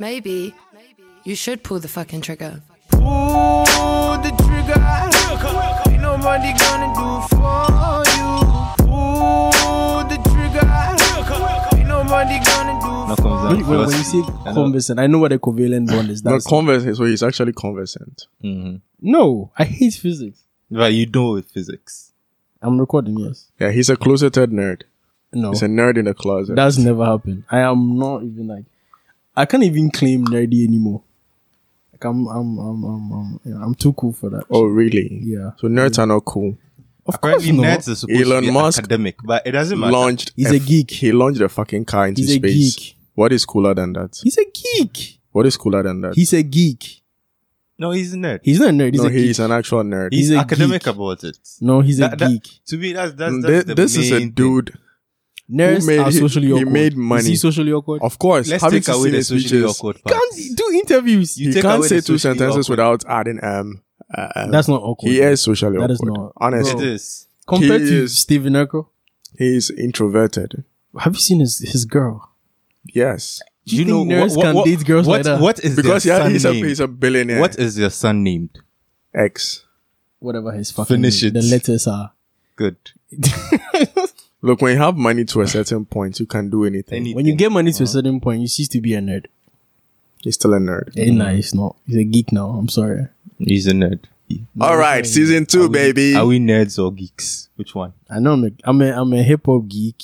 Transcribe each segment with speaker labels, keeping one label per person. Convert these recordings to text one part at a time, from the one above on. Speaker 1: Maybe you should pull the fucking trigger.
Speaker 2: Pull the trigger. Ain't nobody gonna do it for you. Pull the trigger. Ain't nobody gonna do it
Speaker 3: Not
Speaker 2: for
Speaker 3: comes
Speaker 4: When,
Speaker 3: down
Speaker 4: when- when
Speaker 3: first.
Speaker 4: you see
Speaker 3: know.
Speaker 4: conversant, I know what a covalent bond is.
Speaker 5: Not
Speaker 4: That's
Speaker 5: conversant, so he's actually conversant.
Speaker 3: Mhm.
Speaker 4: no, I hate physics.
Speaker 3: But you know with physics.
Speaker 4: I'm recording. Yes,
Speaker 5: Yeah, he's a closeted nerd.
Speaker 4: no,
Speaker 5: He's a nerd in the closet.
Speaker 4: that's never happened. I am not even like, I can't even claim nerdy anymore. Like I'm, I'm, I'm, I'm, I'm, yeah, I'm too cool for that.
Speaker 5: oh, really?
Speaker 4: Yeah.
Speaker 5: So nerds are not cool.
Speaker 4: of course
Speaker 3: Apparently,
Speaker 4: not.
Speaker 3: nerds are supposed
Speaker 5: Elon
Speaker 3: to be
Speaker 5: Musk
Speaker 3: academic, but it doesn't matter.
Speaker 5: Launched.
Speaker 4: He's
Speaker 5: a
Speaker 4: a geek.
Speaker 5: He launched a fucking car into
Speaker 4: He's a
Speaker 5: space.
Speaker 4: geek.
Speaker 5: What is cooler than that?
Speaker 4: He's a geek.
Speaker 5: What is cooler than that?
Speaker 4: He's a geek.
Speaker 3: No, he's a nerd.
Speaker 4: He's not a nerd. He's
Speaker 5: no,
Speaker 4: a geek.
Speaker 5: he's an actual nerd.
Speaker 3: He's,
Speaker 4: he's a
Speaker 3: academic
Speaker 4: geek.
Speaker 3: about it.
Speaker 4: no, he's a
Speaker 3: That- that-
Speaker 4: geek.
Speaker 3: To me, that's that's,
Speaker 5: Mm,
Speaker 3: that's
Speaker 5: thi-
Speaker 3: the
Speaker 5: this is a
Speaker 3: main
Speaker 5: dude.
Speaker 4: Nerds
Speaker 5: made-
Speaker 4: are
Speaker 5: he-
Speaker 4: socially
Speaker 5: he
Speaker 4: awkward.
Speaker 5: made
Speaker 4: Is
Speaker 5: money.
Speaker 4: he socially awkward?
Speaker 5: Of course,
Speaker 3: Thing. Let's
Speaker 5: having
Speaker 3: take
Speaker 5: to
Speaker 3: away
Speaker 5: see
Speaker 3: the
Speaker 5: his
Speaker 3: socially
Speaker 5: speeches,
Speaker 3: awkward part.
Speaker 4: Can't do interviews.
Speaker 3: You
Speaker 5: he
Speaker 3: take
Speaker 5: can't
Speaker 3: away
Speaker 5: say
Speaker 3: the
Speaker 5: two
Speaker 3: socially
Speaker 5: sentences
Speaker 3: awkward.
Speaker 5: without adding um. Uh, um.
Speaker 4: That's not awkward.
Speaker 5: he is socially
Speaker 4: That
Speaker 5: awkward.
Speaker 4: is not-
Speaker 5: honestly.
Speaker 3: It is.
Speaker 4: compared
Speaker 5: He
Speaker 4: to
Speaker 5: is-
Speaker 4: Steven Urkel.
Speaker 5: He is introverted.
Speaker 4: Have you seen his his girl?
Speaker 5: Yes,
Speaker 4: Do you think nerds can date girls
Speaker 3: what,
Speaker 4: like that?
Speaker 3: What is
Speaker 5: because
Speaker 3: their
Speaker 5: yeah,
Speaker 3: son
Speaker 5: he's a
Speaker 3: named?
Speaker 5: he's a billionaire.
Speaker 3: What is your son named?
Speaker 5: X?
Speaker 4: Whatever his fucking
Speaker 3: Finish it.
Speaker 4: the letters are.
Speaker 3: Good.
Speaker 5: Look, when you have money to a certain point, you can do anything.
Speaker 3: Any-
Speaker 4: When you get money to
Speaker 3: Uh-huh.
Speaker 4: a certain point, you cease to be a nerd.
Speaker 5: He's still a nerd.
Speaker 4: Eh,
Speaker 3: Mm.
Speaker 4: nah, he's not. He's a geek now. I'm sorry.
Speaker 3: He's a nerd.
Speaker 5: All right, season two,
Speaker 3: Are we-
Speaker 5: baby.
Speaker 3: Are we nerds or geeks? Which one?
Speaker 4: I know I'm a I'm a, I'm a hip hop geek.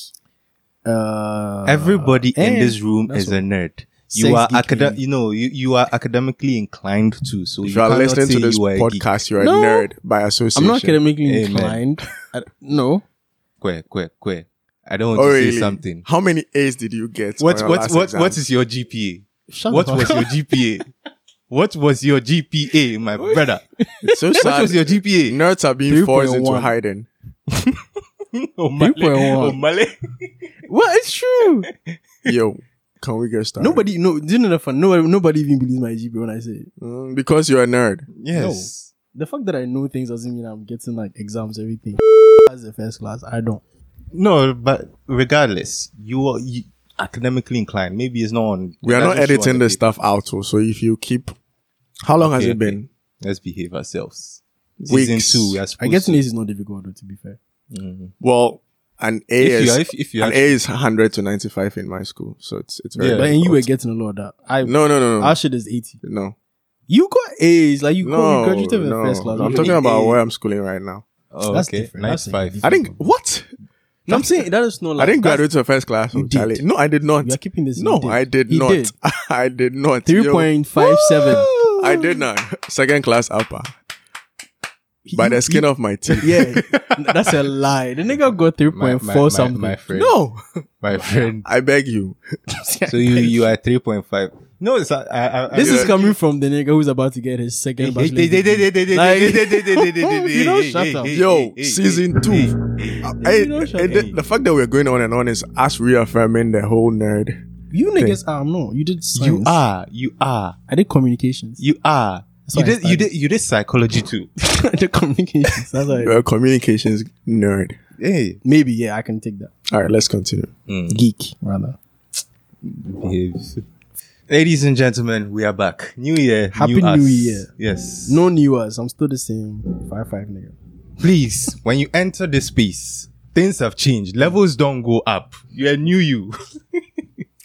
Speaker 4: Uh,
Speaker 3: Everybody in
Speaker 4: eh,
Speaker 3: this room
Speaker 4: that's
Speaker 3: is
Speaker 4: what-
Speaker 3: a nerd.
Speaker 4: Sex
Speaker 3: You are
Speaker 4: geek,
Speaker 3: acad-
Speaker 4: man.
Speaker 3: you know, you, you are academically inclined to. So
Speaker 5: if
Speaker 3: you
Speaker 5: you are
Speaker 3: cannot
Speaker 5: listening
Speaker 3: say
Speaker 5: to this
Speaker 3: you are a geek.
Speaker 5: podcast, you're a
Speaker 4: No.
Speaker 5: nerd by association.
Speaker 4: I'm not academically
Speaker 3: Amen.
Speaker 4: inclined. I, no,
Speaker 3: Quack, quack, quack. I don't want
Speaker 5: Oh,
Speaker 3: to
Speaker 5: really?
Speaker 3: say something.
Speaker 5: How many A's did you get?
Speaker 3: What
Speaker 5: on your
Speaker 3: what
Speaker 5: last
Speaker 3: what
Speaker 5: exam?
Speaker 3: what is your GPA?
Speaker 4: Shut
Speaker 3: what
Speaker 4: the fuck
Speaker 3: was
Speaker 4: up.
Speaker 3: your GPA? What was your GPA, my brother?
Speaker 5: It's so
Speaker 3: What
Speaker 5: sad.
Speaker 3: was your GPA?
Speaker 5: Nerds are being forced into
Speaker 4: 3.1.
Speaker 5: hiding.
Speaker 3: Omale,
Speaker 4: 3.1.
Speaker 3: Omale.
Speaker 4: What? It's true.
Speaker 5: Yo, can we get started?
Speaker 4: nobody. No, do you know the fun? Nobody. Nobody even believes my GPA when I say it.
Speaker 5: Mm, because you're a nerd.
Speaker 3: Yes.
Speaker 4: The fact that I know things doesn't mean I'm getting like exams, everything. As the first class, I don't.
Speaker 3: No. but regardless, you are you, academically inclined. Maybe it's not on.
Speaker 5: We are
Speaker 3: it
Speaker 5: not
Speaker 3: doesn't show
Speaker 5: editing
Speaker 3: on
Speaker 5: this
Speaker 3: paper.
Speaker 5: stuff out. oh, So if you keep, how long has
Speaker 3: Okay,
Speaker 5: it been?
Speaker 3: Let's behave ourselves.
Speaker 5: Weeks.
Speaker 3: Season two. We are
Speaker 4: I
Speaker 3: supposed
Speaker 4: guess
Speaker 3: to.
Speaker 4: this is not difficult, though, to be fair.
Speaker 5: Well, an A
Speaker 3: If
Speaker 5: is
Speaker 3: you are, if, if you are,
Speaker 5: an A is 100 to 95 in my school, so it's it's very.
Speaker 3: Yeah.
Speaker 4: But and you were
Speaker 5: difficult.
Speaker 4: getting a lot of that. I
Speaker 5: no no no no
Speaker 4: our shit is eighty.
Speaker 5: no.
Speaker 4: You got A's, like you, got,
Speaker 5: No,
Speaker 4: you graduated with
Speaker 5: no.
Speaker 4: first class.
Speaker 5: I'm
Speaker 4: You
Speaker 5: talking
Speaker 4: got
Speaker 5: about
Speaker 4: A.
Speaker 5: where I'm schooling right now.
Speaker 3: oh,
Speaker 4: That's
Speaker 3: okay,
Speaker 4: different.
Speaker 3: nice
Speaker 4: That's
Speaker 3: five.
Speaker 4: different.
Speaker 5: I think what
Speaker 4: No, I'm saying that is not. Like,
Speaker 5: I didn't
Speaker 4: that's-
Speaker 5: graduate to first class.
Speaker 4: You
Speaker 5: oh, Charlie.
Speaker 4: did.
Speaker 5: No, I did not.
Speaker 4: You are keeping this.
Speaker 5: No, I did not. I did not. Yo,
Speaker 4: Three point five seven.
Speaker 5: I did not. Second class upper by the skin of my teeth.
Speaker 4: Yeah, that's a lie. The nigga got three
Speaker 3: My- my-
Speaker 4: point
Speaker 3: my-
Speaker 4: four something.
Speaker 3: my friend.
Speaker 4: No,
Speaker 3: my friend.
Speaker 5: I beg you.
Speaker 3: So you you are three point five. No, it's uh, I, I, I,
Speaker 4: this
Speaker 3: I,
Speaker 4: is coming from the nigga who's about to get his second
Speaker 3: Hey,
Speaker 4: bachelor's
Speaker 3: hey, hey, hey, hey,
Speaker 4: degree.
Speaker 3: hey,
Speaker 4: Like-
Speaker 3: hey, hey, hey, hey, hey, hey, hey,
Speaker 4: You know,
Speaker 3: hey,
Speaker 4: shut
Speaker 3: hey,
Speaker 4: up.
Speaker 3: hey,
Speaker 5: Yo,
Speaker 3: hey, hey,
Speaker 5: season
Speaker 3: hey,
Speaker 5: two.
Speaker 3: hey.
Speaker 5: Hey,
Speaker 4: You know, shut
Speaker 5: hey,
Speaker 4: up.
Speaker 5: the, the fact that we're going on and on is us reaffirming the whole nerd.
Speaker 4: You niggas are no. You did science.
Speaker 3: You are, Ah, you are,
Speaker 4: I did communications.
Speaker 3: you are.
Speaker 4: That's
Speaker 3: You
Speaker 4: what I
Speaker 3: did, you did, you did psychology too.
Speaker 4: I did communications. That's all right.
Speaker 5: You're a communications nerd.
Speaker 3: Hey,
Speaker 4: Maybe yeah, I can take that.
Speaker 5: All right, let's continue.
Speaker 4: Geek rather.
Speaker 3: ladies and gentlemen, we are back. New year,
Speaker 4: Happy
Speaker 3: new, us.
Speaker 4: New Year.
Speaker 3: Yes.
Speaker 4: No newers. I'm still the same five five nigga.
Speaker 3: please. When you enter this space, things have changed. Levels don't go up. You are new. You.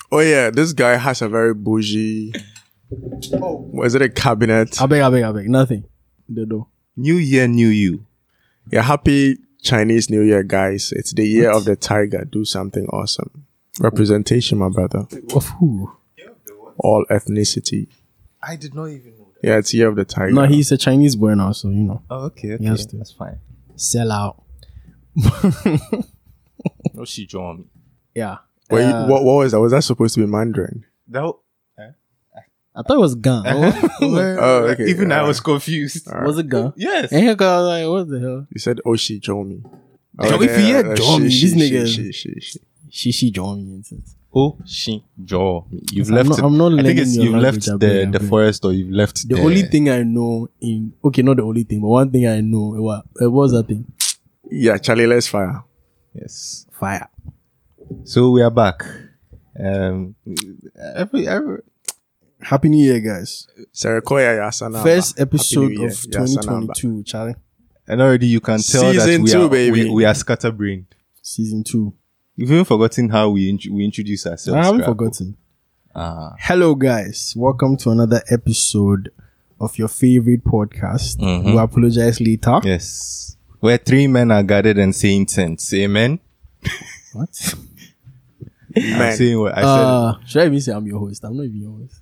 Speaker 5: Oh yeah, this guy has a very bougie.
Speaker 4: Oh.
Speaker 5: Was it a cabinet?
Speaker 4: I beg, I beg, I beg. Nothing. The door.
Speaker 3: New year, new you.
Speaker 5: Yeah, happy Chinese New Year, guys! It's the year of the tiger. Do something awesome. Representation, my brother.
Speaker 4: Of who?
Speaker 5: All ethnicity.
Speaker 3: I did not even know that.
Speaker 5: Yeah, it's year of the tiger.
Speaker 4: No, he's a Chinese boy now, so you know.
Speaker 3: Oh, okay. okay.
Speaker 4: Yes, dude.
Speaker 3: that's fine.
Speaker 4: Sell out.
Speaker 3: No, she drawn me.
Speaker 4: Yeah.
Speaker 5: Wait,
Speaker 4: Uh,
Speaker 5: what, what was that? Was that supposed to be Mandarin?
Speaker 3: That. w-
Speaker 4: I thought it was gun.
Speaker 5: Oh, okay.
Speaker 3: Even I
Speaker 5: Alright.
Speaker 3: was confused.
Speaker 5: Alright.
Speaker 4: was it gun?
Speaker 3: Yes.
Speaker 4: And here I was like, what the hell?
Speaker 5: You said "Oh, Oshi Jomi.
Speaker 4: Yo, if you hear Jomi, these niggas-
Speaker 5: uh, She, she, she.
Speaker 4: She she joined me and says,
Speaker 3: Oh, she jaw. You've
Speaker 4: I'm
Speaker 3: left.
Speaker 4: not-
Speaker 3: it-
Speaker 4: I'm not
Speaker 3: I think
Speaker 4: learning
Speaker 3: it's
Speaker 4: your
Speaker 3: you've left
Speaker 4: language, I beg,
Speaker 3: the
Speaker 4: I
Speaker 3: the
Speaker 4: beg.
Speaker 3: forest or you've left
Speaker 4: The only thing I know in okay, not the only thing, but one thing I know it was, it was that thing.
Speaker 5: Yeah, Charlie, let's fire.
Speaker 3: Yes.
Speaker 4: Fire.
Speaker 3: So we are back. Um, every every
Speaker 4: Happy New Year, guys.
Speaker 5: Serekoya Yasanaba.
Speaker 4: First
Speaker 5: Happy New
Speaker 4: episode
Speaker 5: Year,
Speaker 4: of
Speaker 5: Yasanaba.
Speaker 4: 2022, Charlie.
Speaker 3: And already you can tell that
Speaker 5: Season
Speaker 3: we
Speaker 5: two,
Speaker 3: are,
Speaker 5: baby.
Speaker 3: We, we are scatterbrained.
Speaker 4: Season 2.
Speaker 3: You've even forgotten how we int- we introduce ourselves.
Speaker 4: I haven't
Speaker 3: Scrabble. Ah.
Speaker 4: forgotten. Hello, guys. Welcome to another episode of your favorite podcast.
Speaker 3: Mm-hmm.
Speaker 4: We apologize later.
Speaker 3: Yes. Where three men are gathered and saying tents. Amen.
Speaker 4: What?
Speaker 3: I'm
Speaker 5: Man,
Speaker 3: saying what I said.
Speaker 4: Uh, should I even say I'm your host? I'm not even your host.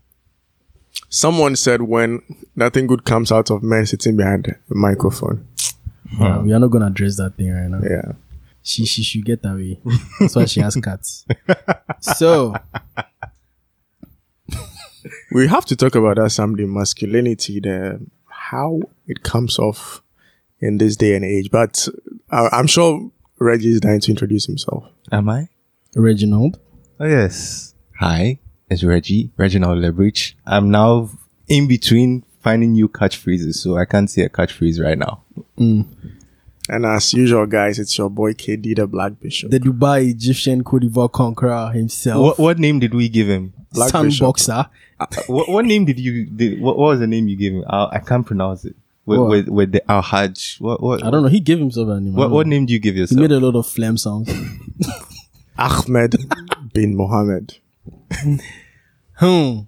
Speaker 5: someone said when nothing good comes out of men sitting behind a microphone.
Speaker 4: Uh, we are not gonna address that thing right now.
Speaker 5: Yeah.
Speaker 4: She she should get away. That's why she has cats. so
Speaker 5: We have to talk about that someday. Masculinity, the how it comes off in this day and age. But I, I'm sure Reggie is dying to introduce himself.
Speaker 3: Am I?
Speaker 4: Reginald,
Speaker 3: Oh, yes. Hi, it's Reggie, Reginald Lebridge. I'm now in between finding new catchphrases, so I can't say a catchphrase right now.
Speaker 5: And as usual, guys, it's your boy KD, the Black Bishop.
Speaker 4: the Dubai Egyptian Cote d'Ivoire conqueror himself,
Speaker 3: What, what name did we give him?
Speaker 5: Black Bishop.
Speaker 4: sandboxer.
Speaker 3: what, what name did you? Did, what, what was the name you gave him? I, I can't pronounce it. With,
Speaker 4: What?
Speaker 3: with, with the Al Hajj. What what,
Speaker 4: I don't know. He gave himself an name. I
Speaker 3: what
Speaker 4: don't
Speaker 3: what
Speaker 4: know.
Speaker 3: name do you give
Speaker 4: He
Speaker 3: yourself?
Speaker 4: made a lot of phlegm sounds.
Speaker 5: Ahmed bin Mohammed.
Speaker 4: hmm.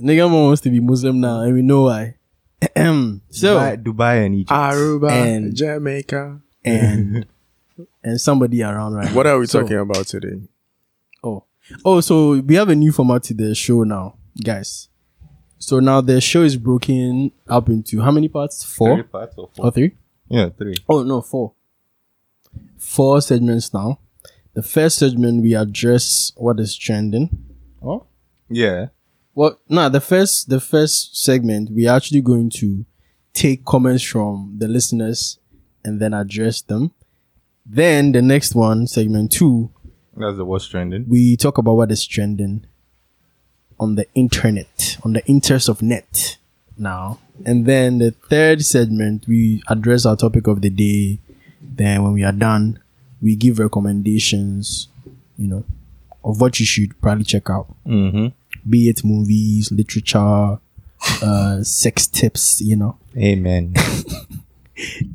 Speaker 4: Nigga man wants to be Muslim now, and we know why. Ahem. so
Speaker 3: Dubai, Dubai and Egypt.
Speaker 5: Aruba,
Speaker 4: And-
Speaker 5: Jamaica.
Speaker 4: and and somebody around right.
Speaker 5: What
Speaker 4: now.
Speaker 5: are we
Speaker 4: So-
Speaker 5: talking about today?
Speaker 4: Oh. Oh, so we have a new format to the show now, guys. So now the show is broken up into how many parts?
Speaker 3: Three
Speaker 4: Four
Speaker 3: parts or four? Oh.
Speaker 4: or three?
Speaker 3: Yeah, three.
Speaker 4: Oh no, four. Four segments now. The first segment we address what is trending. Oh.
Speaker 3: Yeah.
Speaker 4: Well, nah, the first the first segment we're actually going to take comments from the listeners and then address them. Then the next one, segment two,
Speaker 3: That's the what's trending.
Speaker 4: we talk about what is trending on the internet, on the interest of net now. And then the third segment, we address our topic of the day. Then when we are done, we give recommendations, you know, of what you should probably check out.
Speaker 3: Mm-hmm.
Speaker 4: Be it movies, literature, uh, sex tips, you know.
Speaker 3: Amen.
Speaker 5: Amen.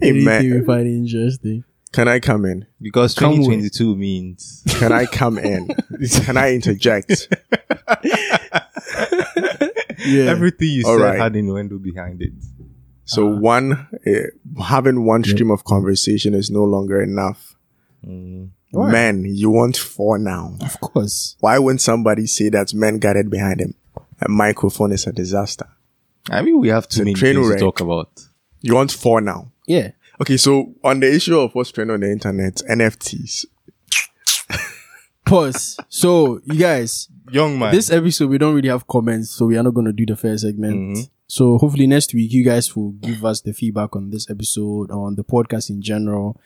Speaker 4: Anything we find interesting.
Speaker 5: Can I come in?
Speaker 3: because
Speaker 4: Come with.
Speaker 3: 2022 means
Speaker 5: Can I come in? Can I interject?
Speaker 4: Yeah.
Speaker 3: everything you
Speaker 5: All
Speaker 3: said
Speaker 5: right.
Speaker 3: had innuendo behind it.
Speaker 5: So one, uh, having one stream of conversation is no longer enough.
Speaker 4: Mm. Why?
Speaker 5: Men, you want four now.
Speaker 4: of course.
Speaker 5: Why wouldn't somebody say that men gathered behind him? A microphone is a disaster.
Speaker 3: I mean, we have too many
Speaker 5: train
Speaker 3: things to
Speaker 5: wreck.
Speaker 3: talk about.
Speaker 5: You want four now.
Speaker 4: Yeah.
Speaker 5: Okay, so on the issue of what's trending on the internet, NFTs.
Speaker 4: Pause. So you guys,
Speaker 3: Young man,
Speaker 4: this episode we don't really have comments, so we are not going to do the first segment.
Speaker 3: Mm-hmm.
Speaker 4: So hopefully next week you guys will give us the feedback on this episode or on the podcast in general,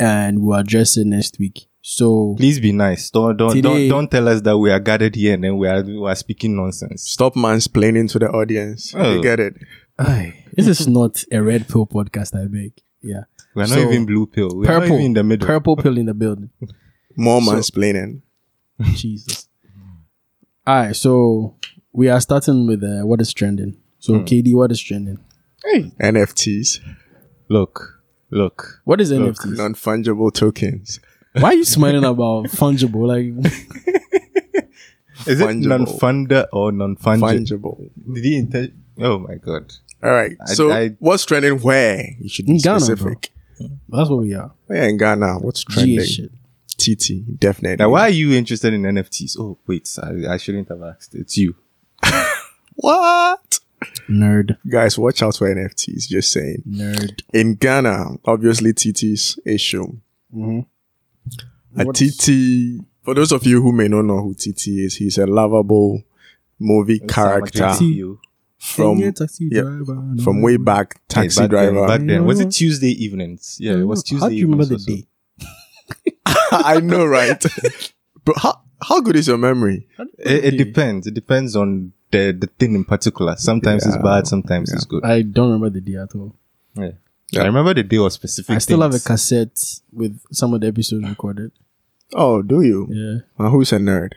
Speaker 4: and we'll address it next week. So
Speaker 3: please be nice. Don't don't don't,
Speaker 4: Today-
Speaker 3: don't tell us that we are gathered here and then we are we are speaking nonsense.
Speaker 5: Stop mansplaining to the audience.
Speaker 3: Oh.
Speaker 5: You get it?
Speaker 4: aye, this is not a red pill podcast. I beg. Yeah,
Speaker 3: We are
Speaker 4: So-
Speaker 3: not even blue pill. We are not
Speaker 4: purple
Speaker 3: even in the middle.
Speaker 4: Purple pill in the building.
Speaker 5: More
Speaker 4: So-
Speaker 5: mansplaining.
Speaker 4: Jesus. All right, so we are starting with uh, what is trending. So
Speaker 3: Hmm.
Speaker 4: KD, what is trending?
Speaker 5: NFTs,
Speaker 3: Look, look.
Speaker 4: What is NFTs?
Speaker 5: non fungible tokens.
Speaker 4: Why are you smiling about fungible? Like
Speaker 3: Is
Speaker 5: Fungible.
Speaker 3: it non-funder or non-fungible?
Speaker 5: Fungible.
Speaker 3: Did he intend? Oh my god!
Speaker 5: All right.
Speaker 3: I-
Speaker 5: so
Speaker 3: I-
Speaker 5: what's trending where? You should
Speaker 4: In
Speaker 5: be
Speaker 4: Ghana,
Speaker 5: specific.
Speaker 4: that's what we are.
Speaker 5: Yeah, in Ghana, what's
Speaker 4: GA
Speaker 5: trending?
Speaker 4: shit.
Speaker 5: TT, definitely.
Speaker 3: Now, why are you interested in NFTs? Oh wait, I, I shouldn't have asked. It's you.
Speaker 5: What?
Speaker 4: Nerd.
Speaker 5: Guys, watch out for NFTs. Just saying.
Speaker 4: Nerd.
Speaker 5: In Ghana, obviously TT's issue.
Speaker 4: Mhm.
Speaker 5: A
Speaker 4: What's-
Speaker 5: TT. For those of you who may not know who TT is, he's a lovable movie character
Speaker 4: Taxi.
Speaker 3: You.
Speaker 5: from
Speaker 4: Yeah, taxi
Speaker 5: yeah,
Speaker 4: driver, no.
Speaker 5: from way back. Taxi
Speaker 3: Yeah, back
Speaker 5: driver.
Speaker 3: Then, back then, was it Tuesday evenings? Yeah, it was Tuesday.
Speaker 4: How do Mm. you remember the
Speaker 3: evenings also.
Speaker 4: day?
Speaker 5: I know, right? but how how good is your memory?
Speaker 3: It, it depends. It depends on the the thing in particular. Sometimes it's bad. Sometimes it's good.
Speaker 4: I don't remember the day at all.
Speaker 3: Yeah. I remember the day was specific.
Speaker 4: I still have a
Speaker 3: things.
Speaker 4: cassette with some of the episodes recorded.
Speaker 5: Oh, do you?
Speaker 4: Yeah.
Speaker 5: Well, who's a nerd?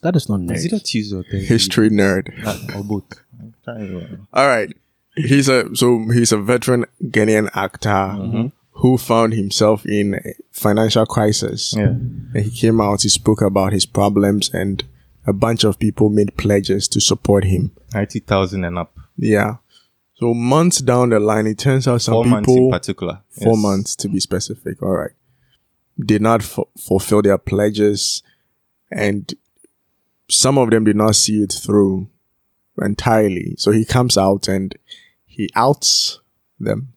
Speaker 4: That is not
Speaker 3: Is it
Speaker 4: nerd.
Speaker 3: a Tuesday or Thursday?
Speaker 5: History nerd.
Speaker 3: Uh, or both? I'm trying to remember.
Speaker 5: All right. He's a so he's a veteran Ghanaian actor
Speaker 3: Mm-hmm.
Speaker 5: who found himself in a financial crisis.
Speaker 3: Yeah.
Speaker 5: And he came out. He spoke about his problems, and a bunch of people made pledges to support him.
Speaker 3: 90,000 and up.
Speaker 5: Yeah. So months down the line, it turns out some
Speaker 3: Four months in
Speaker 5: people
Speaker 3: particular.
Speaker 5: four
Speaker 3: Yes.
Speaker 5: months to be specific. All right, did not fu- fulfill their pledges, and some of them did not see it through entirely. So he comes out and he outs them,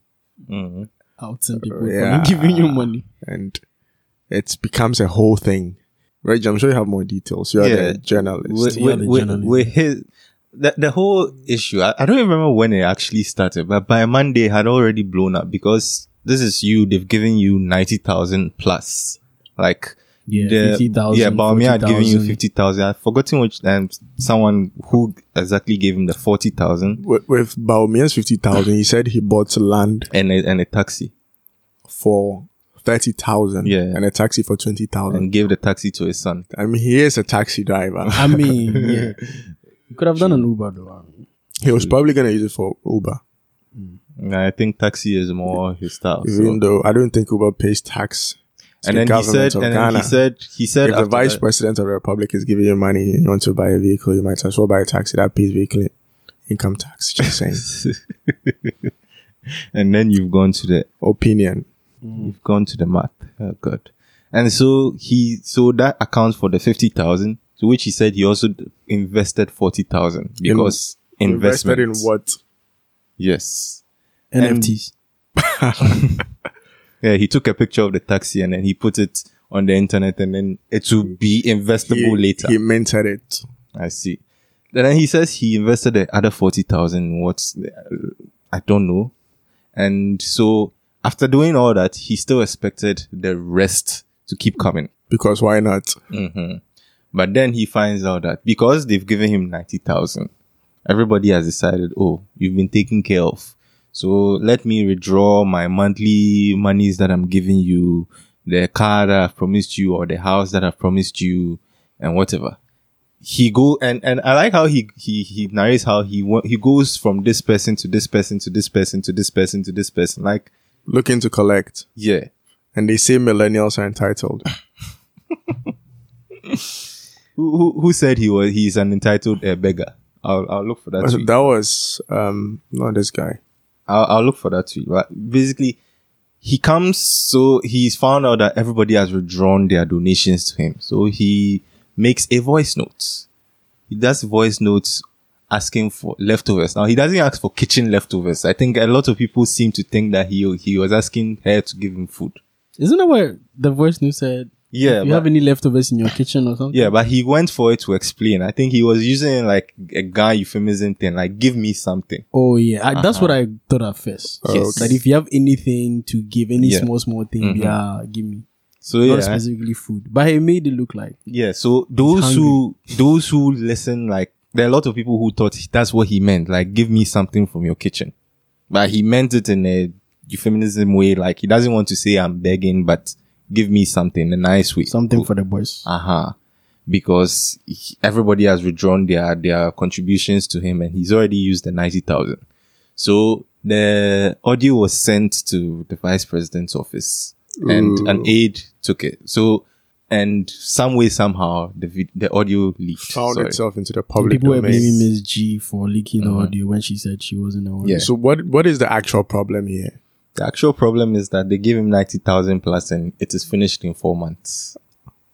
Speaker 3: Mhm.
Speaker 4: Outing people
Speaker 5: Yeah.
Speaker 4: for giving you money.
Speaker 5: and it becomes a whole thing. Reg, I'm sure you have more details. You're
Speaker 3: Yeah.
Speaker 5: the journalist.
Speaker 3: With,
Speaker 4: Yeah,
Speaker 3: with,
Speaker 4: the
Speaker 3: with,
Speaker 4: journalist.
Speaker 3: with his, the, the whole issue, I, I don't even remember when it actually started, but by Monday it had already blown up because this is you, they've given you 90,000 plus. Like,
Speaker 4: Yeah,
Speaker 3: the-
Speaker 4: 50,000,
Speaker 3: Yeah, Baumia had given you
Speaker 4: 40,000.
Speaker 3: 50,000. I've forgotten which, um, someone who exactly gave him the 40,000
Speaker 5: With, with Baumia's 50,000, he said he bought land
Speaker 3: and a, and a taxi
Speaker 5: for 30,000
Speaker 3: Yeah.
Speaker 5: and a taxi for 20,000.
Speaker 3: and gave the taxi to his son.
Speaker 5: I mean, he is a taxi driver.
Speaker 4: I mean, yeah. You could have done an Uber though.
Speaker 5: He was probably gonna use it for Uber,
Speaker 3: And I think taxi is more his style. so-
Speaker 5: even though I don't think Uber pays tax. to
Speaker 3: and
Speaker 5: the
Speaker 3: then he
Speaker 5: government
Speaker 3: said,
Speaker 5: of
Speaker 3: and then he
Speaker 5: Ghana.
Speaker 3: said, he said,
Speaker 5: if the
Speaker 3: after
Speaker 5: vice
Speaker 3: that-
Speaker 5: president of the republic is giving you money, you want to buy a vehicle, you might as well buy a taxi that pays vehicle income tax. Just saying.
Speaker 3: and then you've gone to the
Speaker 5: Opinion.
Speaker 3: You've gone to the math. Oh God. And so he, so that accounts for the 50,000, to which he said he also d- invested 40,000 because investment.
Speaker 5: Invested in what?
Speaker 3: Yes.
Speaker 4: NFTs.
Speaker 3: Yeah. He took a picture of the taxi and then he put it on the internet and then it will be investable later.
Speaker 5: He minted it.
Speaker 3: I see. And then he says he invested the other 40,000. What's, I don't know. And so after doing all that, he still expected the rest to keep coming.
Speaker 5: Because why not?
Speaker 3: But then he finds out that because they've given him 90,000, everybody has decided, oh, you've been taken care of. So let me withdraw my monthly monies that I'm giving you, the car that I've promised you, or the house that I've promised you, and whatever. He go and and I like how he he he narrates how he wa- he goes from this person to this person to this person to this person to this person. Like
Speaker 5: Looking to collect.
Speaker 3: yeah,
Speaker 5: And they say millennials are entitled.
Speaker 3: who who, who said he was he's an entitled uh, beggar? I'll I'll look for that. tweet.
Speaker 5: that was um not this guy.
Speaker 3: I'll, I'll look for that tweet. But basically, he comes, so he's found out that everybody has withdrawn their donations to him. So he makes a voice note. He does voice notes asking for leftovers. Now he doesn't ask for kitchen leftovers. I think a lot of people seem to think that he he was asking her to give him food.
Speaker 4: Isn't that what the voice news said?
Speaker 3: Yeah,
Speaker 4: you
Speaker 3: but-
Speaker 4: have any leftovers in your kitchen or something?
Speaker 3: Yeah, but he went for it to explain. I think he was using like a guy euphemism thing, like give me something.
Speaker 4: Oh yeah, I, that's what
Speaker 3: Uh-huh.
Speaker 4: I thought at first.
Speaker 3: Yes.
Speaker 4: That if you have anything to give, any
Speaker 3: Oh, Yeah.
Speaker 4: small small thing, yeah, give me.
Speaker 3: So
Speaker 4: Not
Speaker 3: yeah,
Speaker 4: specifically food, but he made it look like
Speaker 3: Yeah, so those who those who listen, like there are a lot of people who thought that's what he meant, like give me something from your kitchen, but he meant it in a euphemism way, like he doesn't want to say I'm begging, but give me something, a nice way,
Speaker 4: something for the boys.
Speaker 3: uh huh, because he- everybody has withdrawn their their contributions to him, and he's already used the ninety thousand. So the audio was sent to the vice president's office, and an aide took it. So, and some way somehow the vid- the audio leaked.
Speaker 5: Found
Speaker 3: Sorry.
Speaker 5: itself into the public
Speaker 4: People were
Speaker 5: domain.
Speaker 4: blaming Miss G for leaking the audio when she said she wasn't the one.
Speaker 3: Yeah.
Speaker 5: So what what is the actual problem here?
Speaker 3: The actual problem is that they gave him ninety thousand plus, and it is finished in four months,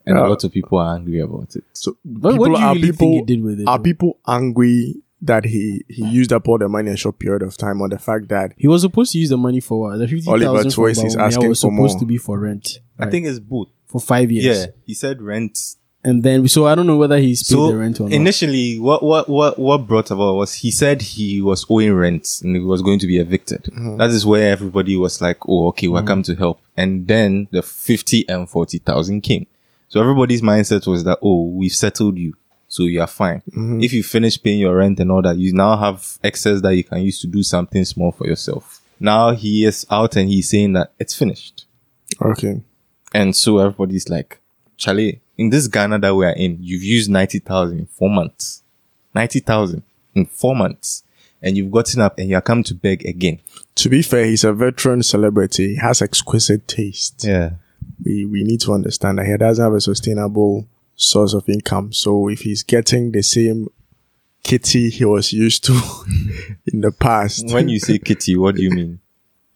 Speaker 3: and a
Speaker 5: Yeah.
Speaker 3: lot of people are angry about it.
Speaker 5: Uh, So
Speaker 4: But what do you really think he did with it,
Speaker 5: Are
Speaker 4: though?
Speaker 5: people angry that he he used up all the money in a short period of time, or the fact that
Speaker 4: He was supposed to use the money for what? The fifty
Speaker 5: Oliver
Speaker 4: thousand for
Speaker 5: Twice is
Speaker 4: Bawumia
Speaker 5: asking
Speaker 4: was
Speaker 5: for
Speaker 4: supposed
Speaker 5: more.
Speaker 4: to be for rent.
Speaker 3: I
Speaker 4: right?
Speaker 3: think it's both.
Speaker 4: for five years.
Speaker 3: Yeah, he said rent
Speaker 4: And then so I don't know whether he's paid
Speaker 3: so
Speaker 4: the rent or not.
Speaker 3: initially what what what what brought about was he said he was owing rent and he was going to be evicted That is where everybody was like oh okay we're come to help and then the 50 and 40,000 came so everybody's mindset was that oh we've settled you so you are fine if you finish paying your rent and all that you now have excess that you can use to do something small for yourself now he is out and he's saying that it's finished
Speaker 5: okay,
Speaker 3: and so everybody's like, Charlie, in this Ghana that we are in, you've used 90,000 in four months. 90,000 in four months. And you've gotten up and you're come to beg again.
Speaker 5: To be fair, he's a veteran celebrity. He has exquisite taste.
Speaker 3: Yeah.
Speaker 5: We we need to understand that he doesn't have a sustainable source of income. So if he's getting the same kitty he was used to in the past,
Speaker 3: When you say kitty, what do you mean?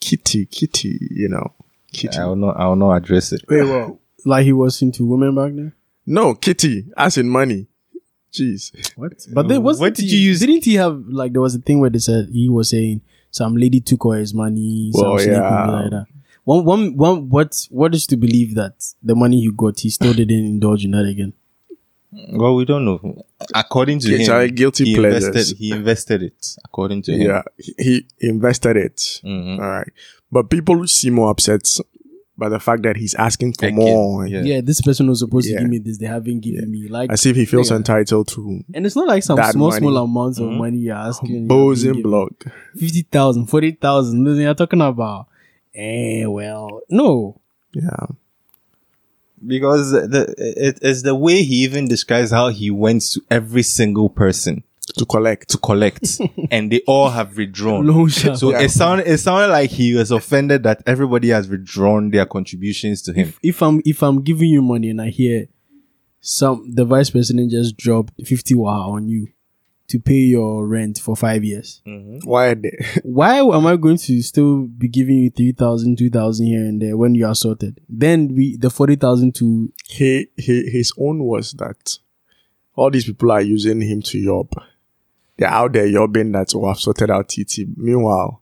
Speaker 5: kitty kitty, you know, kitty.
Speaker 3: I will not, I will not address it.
Speaker 4: Wait, well, like he was into women back then.
Speaker 5: no, kitty, as in money. Jeez.
Speaker 4: What? But then was
Speaker 3: What did you use-
Speaker 4: Didn't he have like there was a thing where they said he was saying some lady took all his money,
Speaker 5: Well,
Speaker 4: some snake would be
Speaker 5: yeah.
Speaker 4: like that. One, one, one, what, what is to believe that the money you got, he still didn't indulge in that again?
Speaker 3: Well, we don't know. According to
Speaker 5: Kids
Speaker 3: him,
Speaker 5: are guilty
Speaker 3: he
Speaker 5: pleasures.
Speaker 3: invested, he invested it. According to him.
Speaker 5: Yeah, he- he invested it.
Speaker 3: Mhm.
Speaker 5: All right. But people seem more upset by the fact that he's asking for
Speaker 3: Again,
Speaker 5: more.
Speaker 3: yeah.
Speaker 4: Yeah, this person was supposed
Speaker 5: Yeah.
Speaker 4: to give me this, they haven't given me. Like,
Speaker 5: As if he feels
Speaker 4: Yeah.
Speaker 5: entitled to
Speaker 4: and it's not like some
Speaker 5: that
Speaker 4: small,
Speaker 5: money.
Speaker 4: small amounts
Speaker 3: Mm-hmm.
Speaker 4: of money you're asking.
Speaker 5: bows
Speaker 4: you're being given.
Speaker 5: and block.
Speaker 4: 50,000, 40,000, listen, you're talking about. Eh, well, no.
Speaker 5: Yeah.
Speaker 3: because the it is the way he even describes how he went to every single person
Speaker 5: To collect.
Speaker 3: to collect, and they all have withdrawn.
Speaker 4: Loan shark.
Speaker 3: So
Speaker 5: Yeah.
Speaker 3: it sounded it sounded like he was offended that everybody has withdrawn their contributions to him.
Speaker 4: if I'm if I'm giving you money and I hear some the vice president just dropped fifty waha on you to pay your rent for five years,
Speaker 3: Mm.
Speaker 5: Why are they?
Speaker 4: why am I going to still be giving you 3,000, 2,000 here and there when you are sorted? Then we the forty thousand to
Speaker 5: he, he his own was that all these people are using him to yob. They're out there yobbing that oh I've sorted out TT. Meanwhile,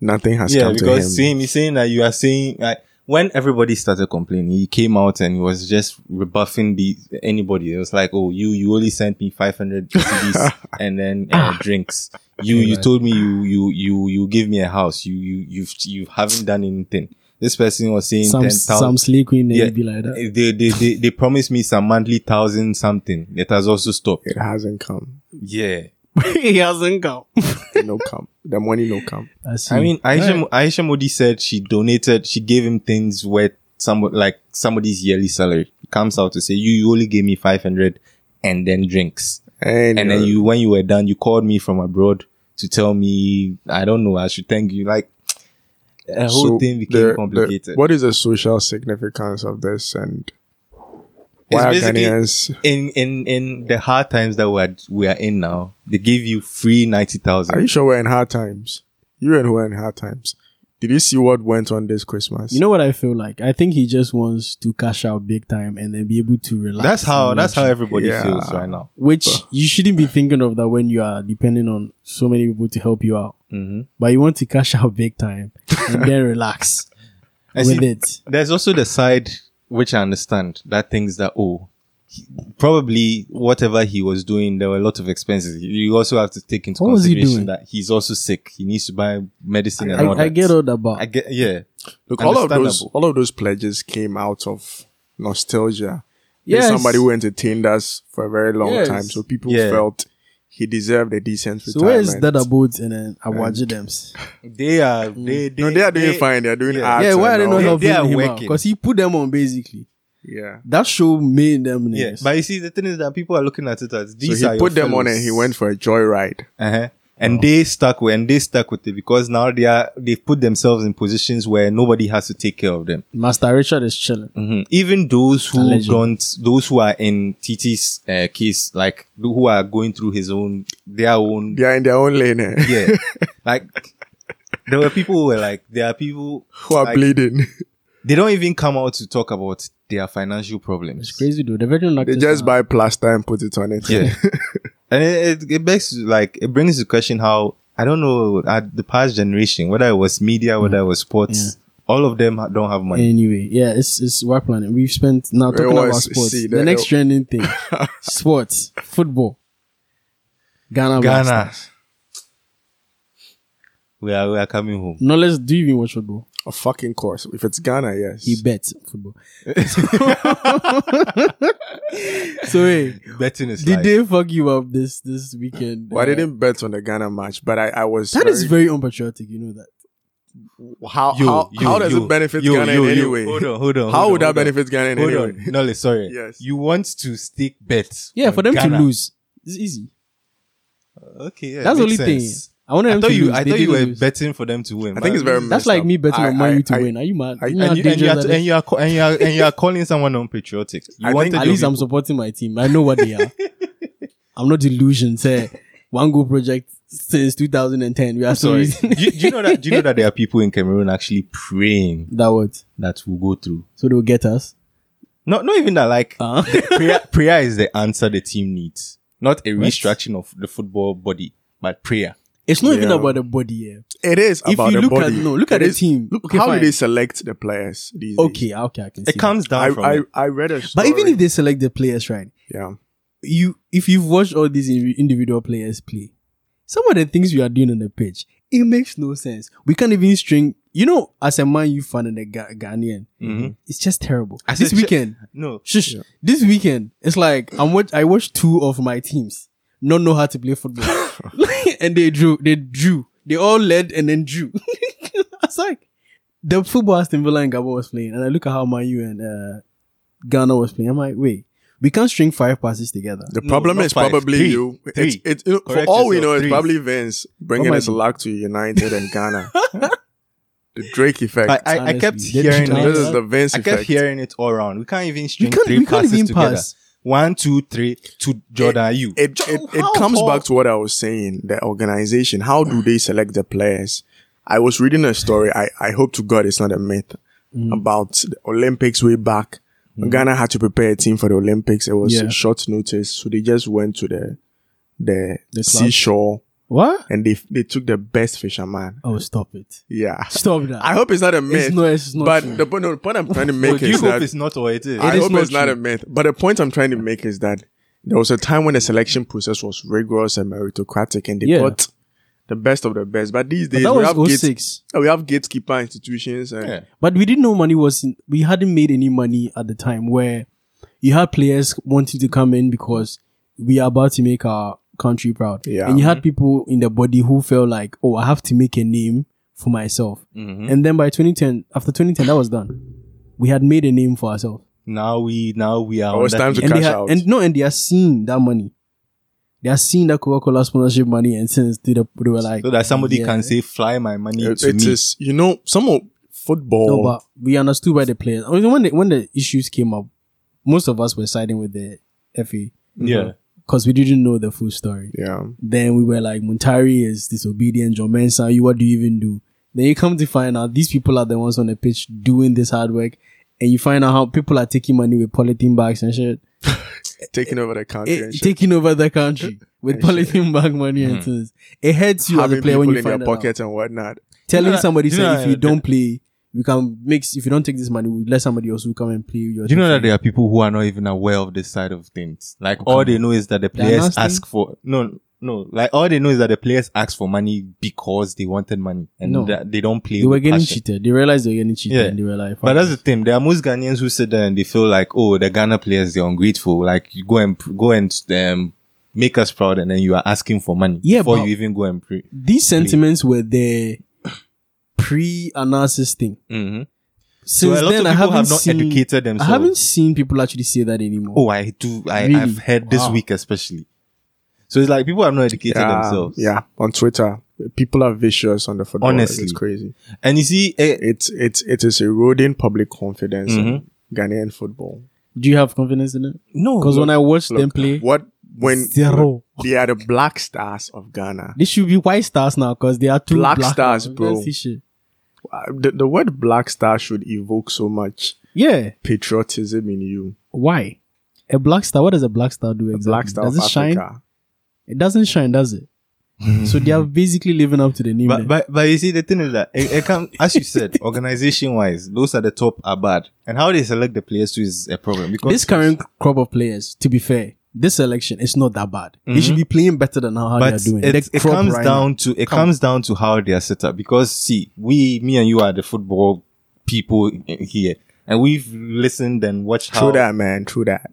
Speaker 5: nothing has
Speaker 3: yeah,
Speaker 5: come to him.
Speaker 3: because see him, he's saying that you are saying like when everybody started complaining, he came out and he was just rebuffing the anybody. It was like, oh, you you only sent me five hundred CDs and then uh,
Speaker 5: Ah.
Speaker 3: drinks. You you told me you you you you give me a house. You you you've you haven't done anything. This person was saying
Speaker 4: some
Speaker 3: ten thousand.
Speaker 4: some slay queen
Speaker 3: Yeah.
Speaker 4: and be like that.
Speaker 3: Eh, They, they they they promised me some monthly thousand something. It has also stopped.
Speaker 5: it hasn't come.
Speaker 3: Yeah.
Speaker 4: he hasn't come.
Speaker 5: No come. The money no come.
Speaker 3: I mean, Aisha, Mo- Aisha Modi said she donated, she gave him things worth some like somebody's yearly salary. He comes out to say, "You, you only gave me five hundred, and then drinks,
Speaker 5: And,
Speaker 3: and then you, when you were done, you called me from abroad to tell me, I don't know, I should thank you." Like the whole
Speaker 5: So
Speaker 3: thing
Speaker 5: the-
Speaker 3: became
Speaker 5: the-
Speaker 3: complicated.
Speaker 5: what is the social significance of this and
Speaker 3: It's
Speaker 5: why are
Speaker 3: basically-
Speaker 5: Ghanaians
Speaker 3: in in in the hard times that we are we are in now, they gave you free ninety
Speaker 5: Are you
Speaker 3: thousand.
Speaker 5: sure we're in hard times? You and we're in hard times. Did you see what went on this Christmas?
Speaker 4: you know what I feel like? I think he just wants to cash out big time and then be able to relax.
Speaker 3: That's how
Speaker 4: and
Speaker 3: that's how everybody
Speaker 5: Yeah.
Speaker 3: feels right now.
Speaker 4: which you shouldn't be thinking of that when you are depending on so many people to help you out.
Speaker 3: Mhm.
Speaker 4: But you want to cash out big time and then relax
Speaker 3: I
Speaker 4: with
Speaker 3: see-
Speaker 4: it.
Speaker 3: there's also the side which I understand that thinks that oh, he- probably whatever he was doing, there were a lot of expenses. You also have to take into
Speaker 4: What was he
Speaker 3: consideration
Speaker 4: doing?
Speaker 3: that he's also sick. He needs to buy medicine and
Speaker 4: I,
Speaker 3: all that.
Speaker 4: I get all that,
Speaker 3: I
Speaker 4: but
Speaker 3: get yeah.
Speaker 5: Look, all of those
Speaker 3: understandable.
Speaker 5: all of those pledges came out of nostalgia. There's
Speaker 4: Yes.
Speaker 5: somebody who entertained us for a very long
Speaker 4: Yes.
Speaker 5: time, so people
Speaker 3: Yeah.
Speaker 5: felt he deserved a decent
Speaker 4: so where is
Speaker 5: retirement.
Speaker 4: that about and then Awaji them?
Speaker 3: They are
Speaker 4: Mm.
Speaker 3: they they
Speaker 5: no, they are doing
Speaker 3: they-
Speaker 5: fine. They are doing
Speaker 3: Eh, yeah.
Speaker 5: art.
Speaker 4: Yeah, why are
Speaker 5: and
Speaker 4: they not
Speaker 5: all.
Speaker 3: They- they are
Speaker 4: helping him out?
Speaker 3: working.
Speaker 4: Because he put them on basically.
Speaker 5: Yeah,
Speaker 4: That show made them
Speaker 3: Yeah,
Speaker 4: names.
Speaker 3: but you see, the thing is that people are looking at it as these
Speaker 5: so
Speaker 3: are
Speaker 5: he
Speaker 3: your
Speaker 5: put them on
Speaker 3: fellows.
Speaker 5: and he went for a joyride.
Speaker 3: Uh-huh.
Speaker 4: Oh.
Speaker 3: And they stuck with and they stuck with it because now they are they've put themselves in positions where nobody has to take care of them.
Speaker 4: Master Richard is chilling.
Speaker 3: Mhm. Even those who
Speaker 4: Allegedly.
Speaker 3: don't, those who are in Titi's uh, case, like who are going through his own, their own,
Speaker 5: They are in their own lane eh,
Speaker 3: yeah, like there were people who were like, there are people
Speaker 5: who are
Speaker 3: like,
Speaker 5: bleeding.
Speaker 3: They don't even come out to talk about their financial problems.
Speaker 4: It's crazy though. The veteran
Speaker 5: They
Speaker 4: actors
Speaker 5: just
Speaker 4: are-
Speaker 5: buy plaster and put it on it.
Speaker 3: Yeah, and it, it, it begs to, like it brings to question how I don't know at the past generation whether it was media,
Speaker 4: Mm.
Speaker 3: whether it was sports, all of them ha- don't have money.
Speaker 4: Anyway, yeah, it's it's work planning. We've spent now talking about
Speaker 5: was-
Speaker 4: sports.
Speaker 5: see,
Speaker 4: the
Speaker 5: that-
Speaker 4: next trending thing, sports, football, Ghana, Black
Speaker 3: Ghana,
Speaker 4: Stars.
Speaker 3: we are we are coming home.
Speaker 4: No, let's do you even watch football?
Speaker 5: A fucking course. If it's Ghana, yes.
Speaker 4: He bets football. so hey,
Speaker 3: Betting is
Speaker 4: did
Speaker 3: life.
Speaker 4: they fuck you up this this weekend?
Speaker 5: Well, I
Speaker 4: Uh,
Speaker 5: didn't bet on the Ghana match, but I, I was
Speaker 4: That
Speaker 5: very,
Speaker 4: is very unpatriotic. You know that.
Speaker 5: How how, how does it benefit
Speaker 3: you,
Speaker 5: Ghana
Speaker 3: you,
Speaker 5: in
Speaker 3: you.
Speaker 5: any way?
Speaker 3: Hold on, hold on.
Speaker 5: How
Speaker 3: hold
Speaker 5: would
Speaker 3: on,
Speaker 5: that
Speaker 3: hold on.
Speaker 5: benefit Ghana in
Speaker 3: Hold
Speaker 5: any
Speaker 3: on.
Speaker 5: way?
Speaker 3: No, li- sorry.
Speaker 5: Yes.
Speaker 3: You want to stake bets.
Speaker 4: Yeah,
Speaker 3: on
Speaker 4: for them
Speaker 3: Ghana.
Speaker 4: to lose, it's easy.
Speaker 3: Okay, yeah,
Speaker 4: That's the only
Speaker 3: makes sense.
Speaker 4: thing. I wanted
Speaker 3: I
Speaker 4: them
Speaker 3: thought
Speaker 4: to
Speaker 3: you,
Speaker 4: lose.
Speaker 3: I
Speaker 4: They
Speaker 3: thought you
Speaker 4: didn't
Speaker 3: were
Speaker 4: lose.
Speaker 3: betting for them to win.
Speaker 5: I think it's very
Speaker 4: That's
Speaker 5: messed
Speaker 4: like
Speaker 5: up.
Speaker 4: me betting
Speaker 5: I-
Speaker 4: on Man
Speaker 5: I-
Speaker 4: U to
Speaker 5: I-
Speaker 4: win. Are you mad?
Speaker 5: I-
Speaker 4: You
Speaker 5: and
Speaker 4: know how
Speaker 3: and you, and, you
Speaker 4: dangerous
Speaker 3: are,
Speaker 4: that
Speaker 3: and you are ca- and you are and you are calling someone unpatriotic. You
Speaker 5: I think-
Speaker 3: wanted
Speaker 5: at
Speaker 4: At
Speaker 3: your
Speaker 4: least I'm
Speaker 3: people-
Speaker 4: supporting my team. I know what they are. I'm not delusioned. Say, one goal project since 2010. We are still
Speaker 3: Sorry.
Speaker 4: using
Speaker 3: do, you- do you know that? Do you know that there are people in Cameroon actually praying
Speaker 4: that what?
Speaker 3: that will go through?
Speaker 4: So they'll get us.
Speaker 3: Not not even that. Like
Speaker 4: Uh,
Speaker 3: prayer, prayer is the answer the team needs, not a restructuring of the football body, but prayer.
Speaker 4: it's not even
Speaker 5: Yeah.
Speaker 4: about the body. Yeah.
Speaker 5: It is
Speaker 4: If
Speaker 5: about
Speaker 4: you
Speaker 5: the
Speaker 4: look at
Speaker 5: body.
Speaker 4: no, look at
Speaker 5: It
Speaker 4: the
Speaker 5: is-
Speaker 4: team.
Speaker 5: Look,
Speaker 4: Okay,
Speaker 5: how
Speaker 4: fine.
Speaker 5: do they select the players these days?
Speaker 4: Okay, okay, I can see.
Speaker 3: It comes down
Speaker 5: I,
Speaker 3: from
Speaker 5: I,
Speaker 3: it.
Speaker 5: I read a
Speaker 4: that. But
Speaker 5: story.
Speaker 4: even if they select the players right,
Speaker 5: yeah,
Speaker 4: you if you've watched all these in- individual players play, some of the things we are doing on the pitch, it makes no sense. We can't even string. You know, as a man, you fan and a Ga- Ghanaian,
Speaker 3: Mhm.
Speaker 4: it's just terrible.
Speaker 3: As
Speaker 4: this
Speaker 3: a Ch-
Speaker 4: weekend,
Speaker 3: no.
Speaker 4: Shush. This weekend, it's like I'm watch. I watched two of my teams not know how to play football, and they drew. They drew. They all led and then drew. I was like, the football Aston Villa and Gabon was playing, and I look at how Man U and uh, Ghana was playing. I'm like, wait, we can't string five passes together.
Speaker 5: the
Speaker 3: No,
Speaker 5: problem
Speaker 3: not
Speaker 5: is
Speaker 3: five,
Speaker 5: probably
Speaker 3: three,
Speaker 5: you. It's,
Speaker 3: three.
Speaker 5: it's, it- for
Speaker 3: Correct
Speaker 5: all we
Speaker 3: yourself,
Speaker 5: know, it's
Speaker 3: three.
Speaker 5: probably Vince bringing
Speaker 4: Oh my
Speaker 5: his
Speaker 4: God.
Speaker 5: luck to United and Ghana. the Drake effect.
Speaker 3: I, I, I kept
Speaker 4: Honestly,
Speaker 3: hearing
Speaker 4: they-
Speaker 3: it.
Speaker 5: this is the Vince
Speaker 3: I
Speaker 5: effect.
Speaker 3: kept hearing it all around. We can't even
Speaker 4: We
Speaker 3: string
Speaker 4: can't.
Speaker 3: three
Speaker 4: We can't
Speaker 3: passes
Speaker 4: even
Speaker 3: together.
Speaker 4: pass.
Speaker 3: One, two, three to Jordan. you.
Speaker 5: it, it, it
Speaker 3: How
Speaker 5: comes
Speaker 3: tall-
Speaker 5: back to what I was saying. The organization, how do they select the players? I was reading a story. I, I hope to God it's not a myth
Speaker 4: Mm.
Speaker 5: about the Olympics way back. Ghana had to prepare a team for the Olympics. It was
Speaker 4: Yeah.
Speaker 5: short notice, so they just went to the the,
Speaker 4: The club?
Speaker 5: seashore
Speaker 4: What?
Speaker 5: and they they took the best fisherman.
Speaker 4: Oh, stop it!
Speaker 5: Yeah,
Speaker 4: Stop that!
Speaker 5: I hope it's not a myth.
Speaker 4: it's not. It's not.
Speaker 5: but
Speaker 4: true.
Speaker 5: the, point- no, the point I'm trying to
Speaker 3: Well,
Speaker 5: make
Speaker 3: you
Speaker 5: is
Speaker 3: hope
Speaker 5: that
Speaker 3: it's not or it is.
Speaker 5: I
Speaker 4: is
Speaker 5: hope
Speaker 4: not
Speaker 5: it's not
Speaker 4: true.
Speaker 5: a myth. But the point I'm trying to make is that there was a time when the selection process was rigorous and meritocratic, and they
Speaker 4: Yeah.
Speaker 5: got the best of the best. But these
Speaker 4: But
Speaker 5: days
Speaker 4: that
Speaker 5: we have,
Speaker 4: was
Speaker 5: gate,
Speaker 4: 06.
Speaker 5: we have gatekeeper institutions, and
Speaker 3: Yeah.
Speaker 4: But we didn't know money was in, we hadn't made any money at the time where you had players wanting to come in because we are about to make our country proud.
Speaker 5: Yeah.
Speaker 4: And you had people in the body who felt like, oh, I have to make a name for myself. And then by 2010, after 2010, that was done. We had made a name for ourselves.
Speaker 3: Now we now we are.
Speaker 5: Oh,
Speaker 3: on
Speaker 5: it's
Speaker 3: that
Speaker 5: time to
Speaker 3: end.
Speaker 4: and they
Speaker 5: cash
Speaker 4: had,
Speaker 5: out.
Speaker 4: and no, and they are seeing that money. They are seeing that Coca-Cola sponsorship money and since they, they were like
Speaker 3: so that somebody
Speaker 4: yeah.
Speaker 3: can say, "Fly my money
Speaker 5: it,
Speaker 3: to
Speaker 5: it
Speaker 3: me."
Speaker 5: is you know some of football.
Speaker 4: No, but we understood by the players. I mean, when the, when the issues came up, most of us were siding with the FA
Speaker 3: yeah.
Speaker 4: because we didn't know the full story.
Speaker 5: yeah,
Speaker 4: Then we were like, Montari is disobedient, John Mensah, you what do you even do? Then you come to find out these people are the ones on the pitch doing this hard work, and you find out how people are taking money with polythene bags and shit,
Speaker 5: taking over the country,
Speaker 4: Eh,
Speaker 5: and shit. Mm-hmm.
Speaker 4: taking over the country with polythene bag money and things. It hurts you as
Speaker 5: having
Speaker 4: a player
Speaker 5: people
Speaker 4: when you
Speaker 5: in their
Speaker 4: find that out
Speaker 5: pockets and whatnot.
Speaker 4: telling
Speaker 3: You know,
Speaker 4: somebody
Speaker 3: you
Speaker 4: say
Speaker 3: know,
Speaker 4: if you
Speaker 3: uh,
Speaker 4: don't play, you can mix. If you don't take this money, we let somebody else who come and play your.
Speaker 3: Do you know that there are people who are not even aware of this side of things? Like all they know is that the
Speaker 4: They're
Speaker 3: players
Speaker 4: nasty.
Speaker 3: ask for no, no. Like all they know is that the players ask for money because they wanted money and
Speaker 4: No.
Speaker 3: that they don't play.
Speaker 4: they were
Speaker 3: with
Speaker 4: getting
Speaker 3: passion.
Speaker 4: cheated. They realized they were getting cheated,
Speaker 3: Yeah.
Speaker 4: and they were like,
Speaker 3: But that's the thing. There are most Ghanaians who sit there and they feel like, oh, the Ghana players they're ungrateful. Like you go and go and um, make us proud, and then you are asking for money
Speaker 4: Yeah,
Speaker 3: before
Speaker 4: but-
Speaker 3: you even go and pre.
Speaker 4: these sentiments were there pre-analysis thing.
Speaker 3: Mhm. So
Speaker 4: Since
Speaker 3: a lot
Speaker 4: then,
Speaker 3: of
Speaker 4: I
Speaker 3: people
Speaker 4: haven't
Speaker 3: have not
Speaker 4: seen,
Speaker 3: educated
Speaker 4: I
Speaker 3: themselves.
Speaker 4: haven't seen people actually say that anymore.
Speaker 3: Oh, I do. I,
Speaker 4: Really?
Speaker 3: I've heard this
Speaker 4: Wow.
Speaker 3: week especially. So it's like people have not educated
Speaker 5: Yeah,
Speaker 3: themselves.
Speaker 5: Ah, yeah, on Twitter, people are vicious on the football.
Speaker 3: Honestly.
Speaker 5: it's crazy.
Speaker 3: And you see, eh,
Speaker 5: It's it's it is eroding public confidence in
Speaker 3: Mm-hmm.
Speaker 5: Ghanaian football.
Speaker 4: Do you have confidence in it?
Speaker 3: no,
Speaker 4: Because when I watched them
Speaker 5: Look,
Speaker 4: play,
Speaker 5: What when
Speaker 4: Zero.
Speaker 5: they are the black stars of Ghana.
Speaker 4: they should be white stars now because they are two
Speaker 5: Black
Speaker 4: black,
Speaker 5: stars,
Speaker 4: now.
Speaker 5: bro.
Speaker 4: That's the shit.
Speaker 5: Uh, The, the word black star should evoke so much
Speaker 4: Yeah.
Speaker 5: patriotism in you.
Speaker 4: Why? A black star. What does a black star do
Speaker 5: The
Speaker 4: exactly?
Speaker 5: black star
Speaker 4: does
Speaker 5: of
Speaker 4: it shine?
Speaker 5: Africa.
Speaker 4: It doesn't shine, does it? so they are basically living up to the name.
Speaker 3: But,
Speaker 4: then.
Speaker 3: but but you see the thing is that it, it can as you said organization wise those at the top are bad and how they select the players too is a problem because
Speaker 4: this current crop of players, to be fair, this selection is not that bad. They should be playing better than how they
Speaker 3: Mm-hmm.
Speaker 4: are
Speaker 3: but
Speaker 4: doing.
Speaker 3: it,
Speaker 4: The
Speaker 3: it
Speaker 4: crop
Speaker 3: comes
Speaker 4: right
Speaker 3: down to it comes down to how they are set up because see we me and you are the football people i- here and we've listened and watched how
Speaker 5: True that, man. True that.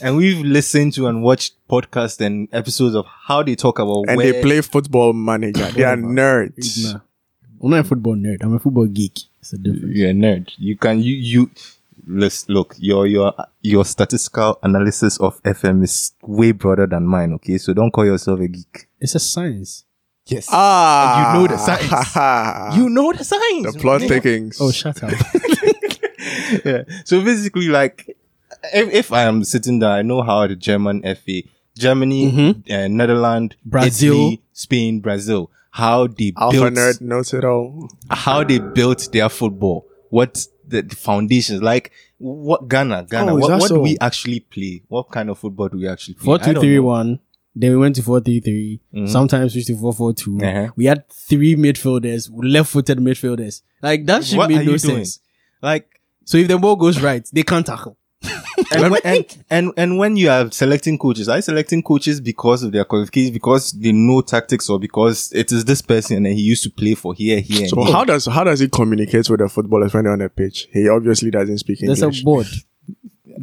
Speaker 3: and we've listened to and watched podcasts and episodes of how they talk about
Speaker 5: And
Speaker 3: where
Speaker 5: they play football manager. They are
Speaker 4: now.
Speaker 5: nerds.
Speaker 4: Nah. I'm not a football nerd. I'm a football geek. It's a difference.
Speaker 3: You're a nerd. You can you you let's look your your your statistical analysis of FM is way broader than mine. Okay, so don't call yourself a geek.
Speaker 4: It's a science.
Speaker 3: Yes.
Speaker 5: Ah,
Speaker 3: you know the science. you know the science.
Speaker 5: the plot thickens.
Speaker 4: Oh, shut up.
Speaker 3: yeah. So basically, like, if, if I am sitting there, I know how the German FA, Germany, uh, Netherlands,
Speaker 4: Mm-hmm. Brazil.
Speaker 3: Italy, Spain, Brazil, how they
Speaker 5: Alpha
Speaker 3: built,
Speaker 5: nerd knows it all.
Speaker 3: how they built their football. What the, the foundations like? What Ghana, Ghana?
Speaker 4: Oh, is
Speaker 3: what
Speaker 4: that
Speaker 3: what do
Speaker 4: so?
Speaker 3: we actually play? What kind of football do we actually play?
Speaker 4: Four
Speaker 3: I
Speaker 4: two
Speaker 3: don't
Speaker 4: three
Speaker 3: know.
Speaker 4: one. Then we went to four three three. Sometimes switched to four four two.
Speaker 3: Mm-hmm. Uh-huh.
Speaker 4: We had three midfielders, left-footed midfielders. Like that should
Speaker 3: What
Speaker 4: make
Speaker 3: are
Speaker 4: no
Speaker 3: you doing?
Speaker 4: sense.
Speaker 3: Like
Speaker 4: So if the ball goes right, they can't tackle.
Speaker 3: and, when, and, and and when you are selecting coaches, are you selecting coaches because of their qualifications, because they know tactics, or because it is this person and he used to play for here, here, and
Speaker 5: So
Speaker 3: here?
Speaker 5: how does how does he communicate with the footballers when they're on the pitch? He obviously doesn't speak English.
Speaker 4: There's a board.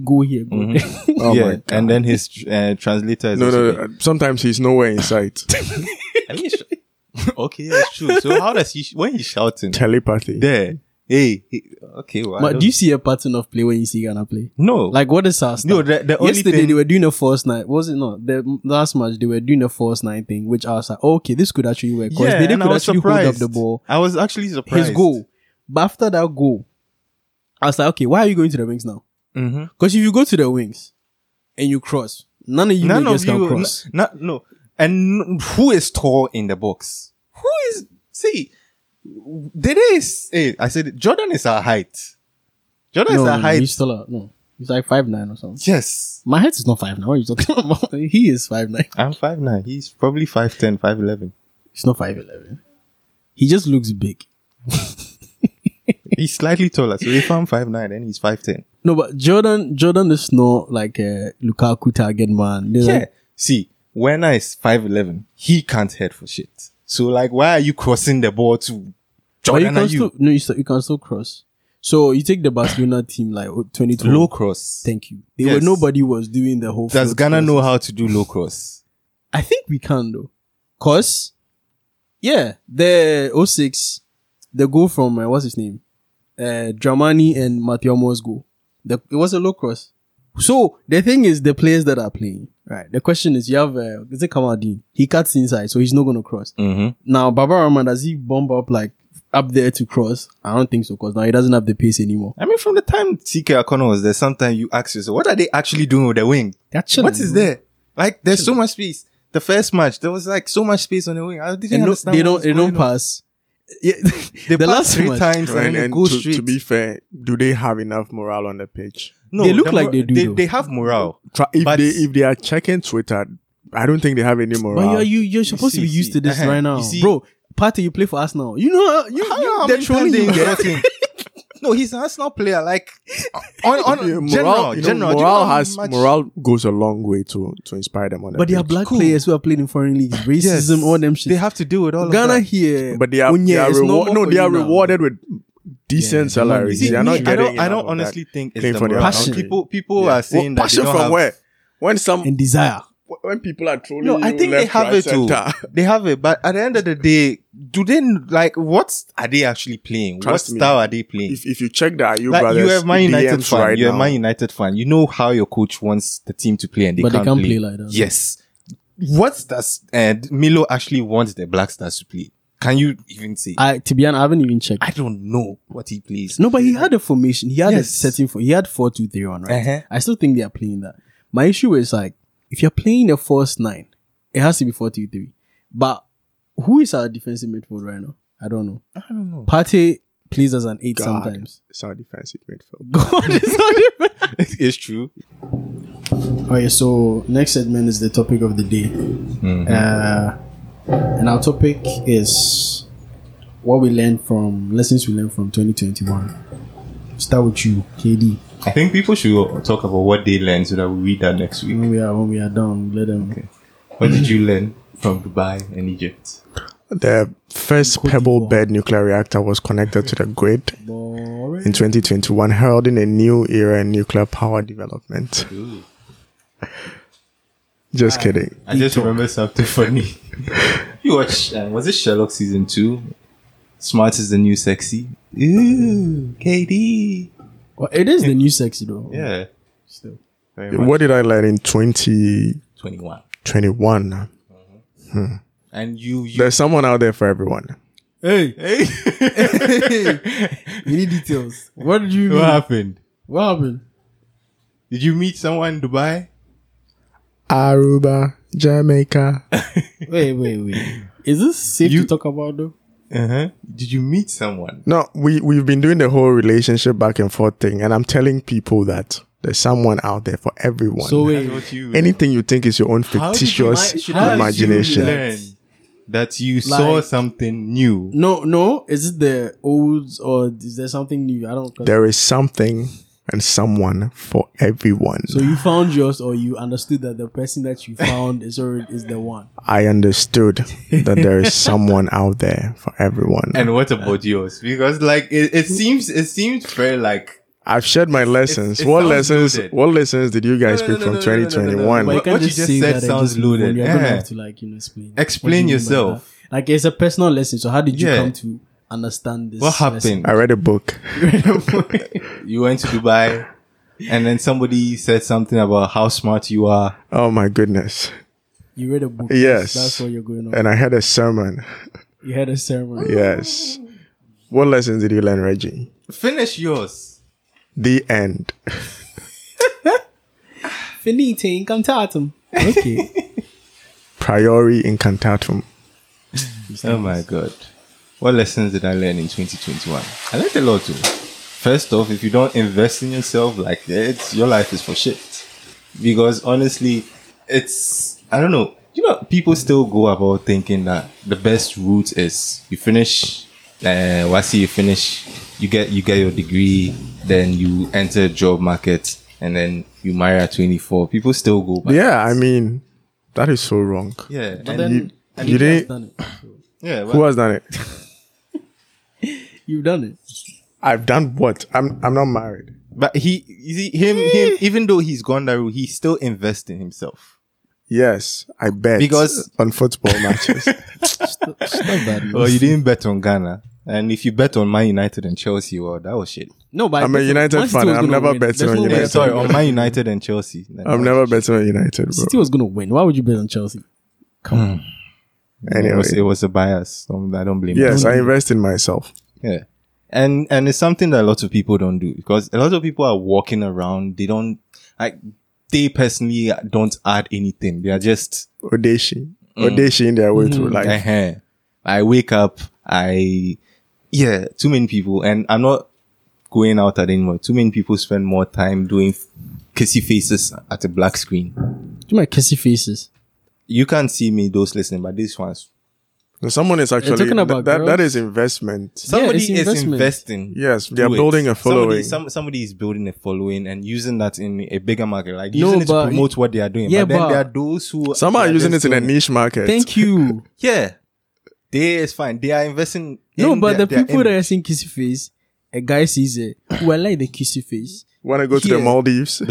Speaker 4: Go here. Go
Speaker 3: Mm-hmm.
Speaker 4: there.
Speaker 5: Oh my
Speaker 3: yeah,
Speaker 5: God.
Speaker 3: and then his uh, translator is
Speaker 5: no,
Speaker 3: also
Speaker 5: no,
Speaker 3: there.
Speaker 5: no. Sometimes he's nowhere in sight.
Speaker 3: I mean, sh- okay, that's true. So how does he sh- when he's shouting
Speaker 5: Telepathy.
Speaker 3: there? Hey, he- okay, well, I
Speaker 4: but
Speaker 3: don't-
Speaker 4: do you see a pattern of play when you see Ghana play?
Speaker 3: no, like
Speaker 4: Like what is our
Speaker 3: No,
Speaker 4: style?
Speaker 3: the- the only
Speaker 4: Yesterday
Speaker 3: thing-
Speaker 4: they were doing a false nine. Was it not the m- last match? They were doing a false nine thing, which I was like, oh, okay, this could actually work because
Speaker 3: yeah,
Speaker 4: they
Speaker 3: and I
Speaker 4: could
Speaker 3: was
Speaker 4: actually
Speaker 3: surprised.
Speaker 4: hold up the ball.
Speaker 3: I was actually surprised.
Speaker 4: his goal. But after that goal, I was like, okay, why are you going to the wings now?
Speaker 3: Mhm.
Speaker 4: Because if you go to the wings and you cross, none of you
Speaker 3: None
Speaker 4: niggas
Speaker 3: of
Speaker 4: can
Speaker 3: you,
Speaker 4: cross.
Speaker 3: n- not no, and n- who is tall in the box? Who is see? There is. Hey, I said it, Jordan is our height. Jordan
Speaker 4: no,
Speaker 3: is
Speaker 4: no,
Speaker 3: our
Speaker 4: no,
Speaker 3: height.
Speaker 4: he's still a, no, he's like five nine or something.
Speaker 3: yes,
Speaker 4: My height is not five nine. What are you talking about? He is five nine.
Speaker 3: I'm five nine. He's probably five ten, five eleven.
Speaker 4: He's not five eleven. He just looks big.
Speaker 3: He's slightly taller. So if I'm five nine, then he's five ten.
Speaker 4: No, but Jordan, Jordan is not like a Lukaku target man. They're
Speaker 3: Yeah.
Speaker 4: like-
Speaker 3: See, when I is five eleven, he can't head for shit. So like, why are you crossing the ball to
Speaker 4: but you
Speaker 3: Jordan? Are
Speaker 4: can
Speaker 3: you
Speaker 4: still no, you, still, you can still cross. So you take the Barcelona team like oh, twenty two.
Speaker 3: low cross?
Speaker 4: Thank you. They
Speaker 3: Yes.
Speaker 4: were nobody was doing the whole.
Speaker 3: Does
Speaker 4: field
Speaker 3: Ghana
Speaker 4: cross.
Speaker 3: know how to do low cross?
Speaker 4: I think we can though. Cause yeah, the 06, the goal from uh, what's his name? Uh Dramani and Matiomo's goal. The, it was a low cross. So the thing is the players that are playing, right? The question is you have uh, is it Kamaldeen? He cuts inside, so he's not gonna cross.
Speaker 3: Mm-hmm.
Speaker 4: Now Baba Rahman, does he bump up like up there to cross? I don't think so, because now he doesn't have the pace anymore.
Speaker 3: I mean, from the time TK Akono was there, sometimes you ask yourself, what are they actually doing with the wing? What is there? Like, there's so much space. The first match, there was like so much space on the wing. I didn't
Speaker 4: And no-
Speaker 3: understand.
Speaker 4: they
Speaker 3: what
Speaker 4: don't
Speaker 3: was
Speaker 4: they
Speaker 3: going
Speaker 4: don't
Speaker 3: on.
Speaker 4: pass. Yeah,
Speaker 3: They
Speaker 4: the
Speaker 3: pass
Speaker 4: last
Speaker 3: three
Speaker 4: match-
Speaker 3: times and,
Speaker 5: And,
Speaker 3: then
Speaker 5: and
Speaker 3: go
Speaker 5: to,
Speaker 3: straight.
Speaker 5: to be fair, do they have enough morale on the pitch?
Speaker 3: no,
Speaker 4: They look
Speaker 3: the
Speaker 4: like
Speaker 3: mor-
Speaker 4: they do,
Speaker 3: They,
Speaker 4: though.
Speaker 3: they have morale.
Speaker 5: Try- If
Speaker 3: But-
Speaker 5: they if they are checking Twitter, I don't think they have any
Speaker 4: But
Speaker 5: morale.
Speaker 4: you're, you, you're supposed
Speaker 3: see,
Speaker 4: to be
Speaker 3: you
Speaker 4: used
Speaker 3: see.
Speaker 4: to this
Speaker 3: Uh-huh.
Speaker 4: right now,
Speaker 3: You see-
Speaker 4: bro. Party, you play for Arsenal. You know, you,
Speaker 3: How-
Speaker 4: you
Speaker 3: how
Speaker 4: they're
Speaker 3: many
Speaker 4: trolling
Speaker 3: times
Speaker 4: you.
Speaker 3: they got him? No, he's an Arsenal player. Like on on
Speaker 5: Yeah,
Speaker 3: general,
Speaker 5: morale,
Speaker 3: general. do
Speaker 5: you know,
Speaker 3: you know
Speaker 5: morale
Speaker 3: how
Speaker 5: has
Speaker 3: much-
Speaker 5: morale goes a long way to to inspire them on the
Speaker 4: But they are
Speaker 5: pitch.
Speaker 4: black players who are playing in foreign leagues, racism,
Speaker 3: Yes.
Speaker 4: all them shit.
Speaker 3: They have to deal with all
Speaker 4: Ghana
Speaker 3: of that.
Speaker 4: here,
Speaker 5: but they are,
Speaker 4: Onye,
Speaker 5: they are
Speaker 4: it's
Speaker 5: reward-
Speaker 4: normal
Speaker 5: no
Speaker 4: for
Speaker 5: they
Speaker 4: you
Speaker 5: are
Speaker 4: now.
Speaker 5: rewarded with decent
Speaker 4: they're not-
Speaker 5: salaries.
Speaker 4: You see,
Speaker 5: they are
Speaker 3: me,
Speaker 5: not
Speaker 3: I
Speaker 5: getting
Speaker 3: don't, I
Speaker 5: enough
Speaker 3: don't
Speaker 5: of that.
Speaker 3: honestly think it's
Speaker 5: Playing
Speaker 3: the
Speaker 5: for their
Speaker 3: morale.
Speaker 4: country.
Speaker 3: People, people
Speaker 5: Yeah.
Speaker 3: are saying that
Speaker 5: Well,
Speaker 3: they
Speaker 5: passion
Speaker 3: don't
Speaker 5: from
Speaker 3: have-
Speaker 5: where when some
Speaker 4: and desire.
Speaker 5: when people are trolling
Speaker 3: No,
Speaker 5: you
Speaker 3: I think they
Speaker 5: left,
Speaker 3: have
Speaker 5: right,
Speaker 3: it too.
Speaker 5: center.
Speaker 3: They have it, but at the end of the day, do they like what are they actually playing?
Speaker 5: Trust
Speaker 3: what
Speaker 5: me.
Speaker 3: style are they playing?
Speaker 5: if, if you check the Ayu
Speaker 3: like
Speaker 5: brothers,
Speaker 3: you have Man United
Speaker 5: DMs
Speaker 3: fan,
Speaker 5: right
Speaker 3: you have
Speaker 5: now,
Speaker 3: Man United fan. You know how your coach wants the team to play, and they
Speaker 4: But they
Speaker 3: can't,
Speaker 4: can't play like that.
Speaker 3: Yes. What does uh, Milo actually wants the Black Stars to play? Can you even say? I,
Speaker 4: I, to be honest, I haven't even checked.
Speaker 3: don't know what he plays.
Speaker 4: no, but he had a formation. He had a
Speaker 3: Yes.
Speaker 4: setting for. He had four two three one. Right.
Speaker 3: Uh-huh.
Speaker 4: I still think they are playing that. My issue is like, if you're playing a first nine, it has to be four two three. But who is our defensive midfield right now? I don't know.
Speaker 3: I don't know.
Speaker 4: Partey plays as an eight
Speaker 5: God,
Speaker 4: sometimes.
Speaker 5: it's our defensive midfield.
Speaker 4: God is not even.
Speaker 3: it's true.
Speaker 4: Okay, so next segment is the topic of the day.
Speaker 3: Mm-hmm.
Speaker 4: Uh, and our topic is what we learned from lessons we learned from 2021. Start with you, KD.
Speaker 3: I think people should talk about what they learned so that we read that next week.
Speaker 4: When we are when we are done, let them.
Speaker 3: What did you learn from Dubai and Egypt?
Speaker 5: The first Pebble Bed nuclear reactor was connected to the grid in 2021, heralding a new era in nuclear power development.
Speaker 3: Ah,
Speaker 5: Just kidding.
Speaker 3: um, I just remember something funny. you watched, uh, was it Sherlock season two? Smart is the new sexy. Ooh, KD.
Speaker 4: Well, it is the new sexy though.
Speaker 3: Yeah.
Speaker 4: Still.
Speaker 3: Very much.
Speaker 5: What did I learn in 2021?
Speaker 3: 21. And you, you
Speaker 5: There's someone out there for everyone.
Speaker 4: Hey, hey. we need details. What did you mean?
Speaker 3: what happened?
Speaker 4: What happened?
Speaker 3: Did you meet someone in Dubai?
Speaker 5: Aruba, Jamaica.
Speaker 4: Wait, wait, wait. Is this safe
Speaker 3: You-
Speaker 4: to talk about though?
Speaker 3: Uh huh. Did you meet someone?
Speaker 5: No, we, we've been doing the whole relationship back and forth thing, and I'm telling people that there's someone out there for everyone.
Speaker 4: So
Speaker 3: That's
Speaker 4: wait,
Speaker 3: what you.
Speaker 5: Anything you think is your own
Speaker 3: How did you mi-
Speaker 5: fictitious
Speaker 3: should I-
Speaker 5: imagination.
Speaker 3: should you learn that you saw
Speaker 4: Like-
Speaker 3: something new.
Speaker 4: no, no. Is it the old or is there something new? I don't.
Speaker 5: there is something and someone for everyone.
Speaker 4: so you found yours, or you understood that the person that you found is already is the one.
Speaker 5: I understood that there is someone out there for everyone.
Speaker 3: And what about yours? Because like it, it seems it seems very like
Speaker 5: I've shared my lessons.
Speaker 3: it
Speaker 5: what
Speaker 3: sounds
Speaker 5: lessons?
Speaker 3: loaded.
Speaker 5: What lessons did you guys
Speaker 3: No, no,
Speaker 5: pick
Speaker 3: no,
Speaker 5: from
Speaker 3: no, no, no, no, no, no. But
Speaker 5: 2021?
Speaker 4: But you
Speaker 3: what-
Speaker 4: can't
Speaker 3: what you
Speaker 4: just
Speaker 3: just
Speaker 4: say
Speaker 3: said
Speaker 4: that and
Speaker 3: sounds
Speaker 4: just move on.
Speaker 3: loaded.
Speaker 4: You're gonna
Speaker 3: Yeah.
Speaker 4: have to like you know explain. What
Speaker 3: Explain
Speaker 4: do you mean by
Speaker 3: yourself.
Speaker 4: that? Like it's a personal lesson. So how did you
Speaker 3: Yeah.
Speaker 4: come to understand this?
Speaker 3: what happened?
Speaker 5: I read a book.
Speaker 3: You went to Dubai, and then somebody said something about how smart you are.
Speaker 5: Oh my goodness!
Speaker 4: lesson? You read a book.
Speaker 5: Yes.
Speaker 4: that's what you're going on.
Speaker 5: And I had a sermon.
Speaker 4: you had a sermon.
Speaker 5: Yes. What lessons did you learn, Reggie?
Speaker 3: Finish yours.
Speaker 5: The end.
Speaker 4: Finite incantatum. Okay.
Speaker 5: Priori incantatum.
Speaker 3: Oh my god. What lessons did I learn in 2021? I learned a lot too. First off, if you don't invest in yourself like that, your life is for shit. Because honestly, it's I don't know. You know, people still go about thinking that the best route is you finish uh wasi you finish, you get you get your degree, then you enter job market and then you marry at 24. People still go by
Speaker 5: Yeah, I mean, that is so wrong.
Speaker 3: Yeah.
Speaker 4: But
Speaker 3: and
Speaker 4: then
Speaker 3: you-
Speaker 5: you didn't.
Speaker 4: done it.
Speaker 3: yeah, well,
Speaker 5: Who has done it?
Speaker 4: You've done it.
Speaker 5: I've done what? I'm. I'm not married.
Speaker 3: But he, you see, him, him, even though he's gone that route, he still invests in himself.
Speaker 5: Yes, I bet
Speaker 3: Because-
Speaker 5: on football matches.
Speaker 4: Not bad.
Speaker 3: Well, Oh, you didn't bet on Ghana. And if you bet on Man United and Chelsea, well, that was shit.
Speaker 4: No, but
Speaker 5: I'm a
Speaker 4: this-
Speaker 5: United
Speaker 4: Man City
Speaker 5: fan.
Speaker 4: was
Speaker 5: I'm
Speaker 4: gonna
Speaker 5: never
Speaker 4: win.
Speaker 5: betting
Speaker 4: There's
Speaker 5: on
Speaker 4: no way.
Speaker 5: United.
Speaker 3: Sorry, on Man United and Chelsea.
Speaker 5: I'm never better on United, bro.
Speaker 4: City was gonna win. Why would you bet on Chelsea?
Speaker 3: It was,
Speaker 5: Anyway.
Speaker 3: it was a bias. Um, I don't blame.
Speaker 5: Yes,
Speaker 3: him.
Speaker 5: I invest in myself.
Speaker 3: yeah. And and it's something that a lot of people don't do because a lot of people are walking around. They don't like. They personally don't add anything. They are just
Speaker 5: Odeshi.
Speaker 4: Mm.
Speaker 5: Odeshi in their way through life.
Speaker 3: Uh-huh. I wake up, I, yeah, too many people, and I'm not going out at anymore. Too many people spend more time doing f- kissy faces at a black screen.
Speaker 4: Do my kissy faces.
Speaker 3: You can't see me, those listening, but this one's
Speaker 5: No, Someone is actually
Speaker 4: Eh. talking about
Speaker 5: that, that
Speaker 4: girls?
Speaker 5: is investment.
Speaker 3: somebody
Speaker 4: it's
Speaker 3: is
Speaker 4: investment.
Speaker 3: investing.
Speaker 5: Yes, they
Speaker 3: Do
Speaker 5: are
Speaker 3: it.
Speaker 5: building a
Speaker 3: Somebody,
Speaker 5: following.
Speaker 3: some, somebody is building a following and using that in a bigger market, like
Speaker 4: No,
Speaker 3: using it to
Speaker 4: but-
Speaker 3: promote what they are doing.
Speaker 4: Yeah,
Speaker 3: but then
Speaker 4: but-
Speaker 3: there are those who
Speaker 5: Some are
Speaker 3: they
Speaker 5: using it
Speaker 3: just
Speaker 5: in a
Speaker 3: doing-
Speaker 5: niche market.
Speaker 4: Thank you.
Speaker 3: Yeah, they is fine. They are investing.
Speaker 4: no,
Speaker 3: in
Speaker 4: but
Speaker 3: their-
Speaker 4: the
Speaker 3: their
Speaker 4: people that
Speaker 3: image.
Speaker 4: are seeing kissy face, a guy sees it. Well, I like the kissy face.
Speaker 5: Want to go to the
Speaker 4: Yeah.
Speaker 5: Maldives?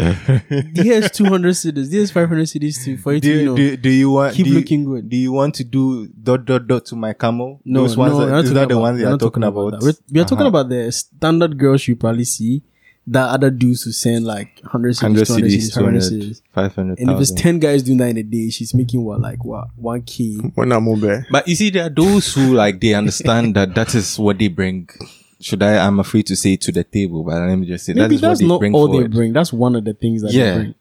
Speaker 4: Here's 200 cities. Here's 500 cities too. For you
Speaker 3: do
Speaker 4: to, you
Speaker 3: you,
Speaker 4: know.
Speaker 3: do, do you want
Speaker 4: keep
Speaker 3: do you,
Speaker 4: looking good.
Speaker 3: Do you want to do dot dot dot to my camel?
Speaker 4: no,
Speaker 3: Those ones
Speaker 4: no,
Speaker 3: are,
Speaker 4: we're
Speaker 3: is
Speaker 4: not talking
Speaker 3: that the
Speaker 4: about-
Speaker 3: ones you
Speaker 4: we're
Speaker 3: are
Speaker 4: not
Speaker 3: talking about?
Speaker 4: that. We're, we are talking
Speaker 3: Uh-huh.
Speaker 4: about the standard girls you probably see that other dudes who send like 100 cities, 200 cities, 500 cities.
Speaker 3: 500,
Speaker 4: And if it's 10 guys doing that in a day, she's making what, like what, 1K?
Speaker 5: when I'm there.
Speaker 3: But you see, there are those who like they understand that that is what they bring. Should I? I'm afraid to say to the table, but let me just say that
Speaker 4: Maybe
Speaker 3: is
Speaker 4: that's
Speaker 3: what
Speaker 4: not
Speaker 3: they bring
Speaker 4: all they
Speaker 3: forward.
Speaker 4: bring. That's one of the things that
Speaker 3: Yeah.
Speaker 4: they bring.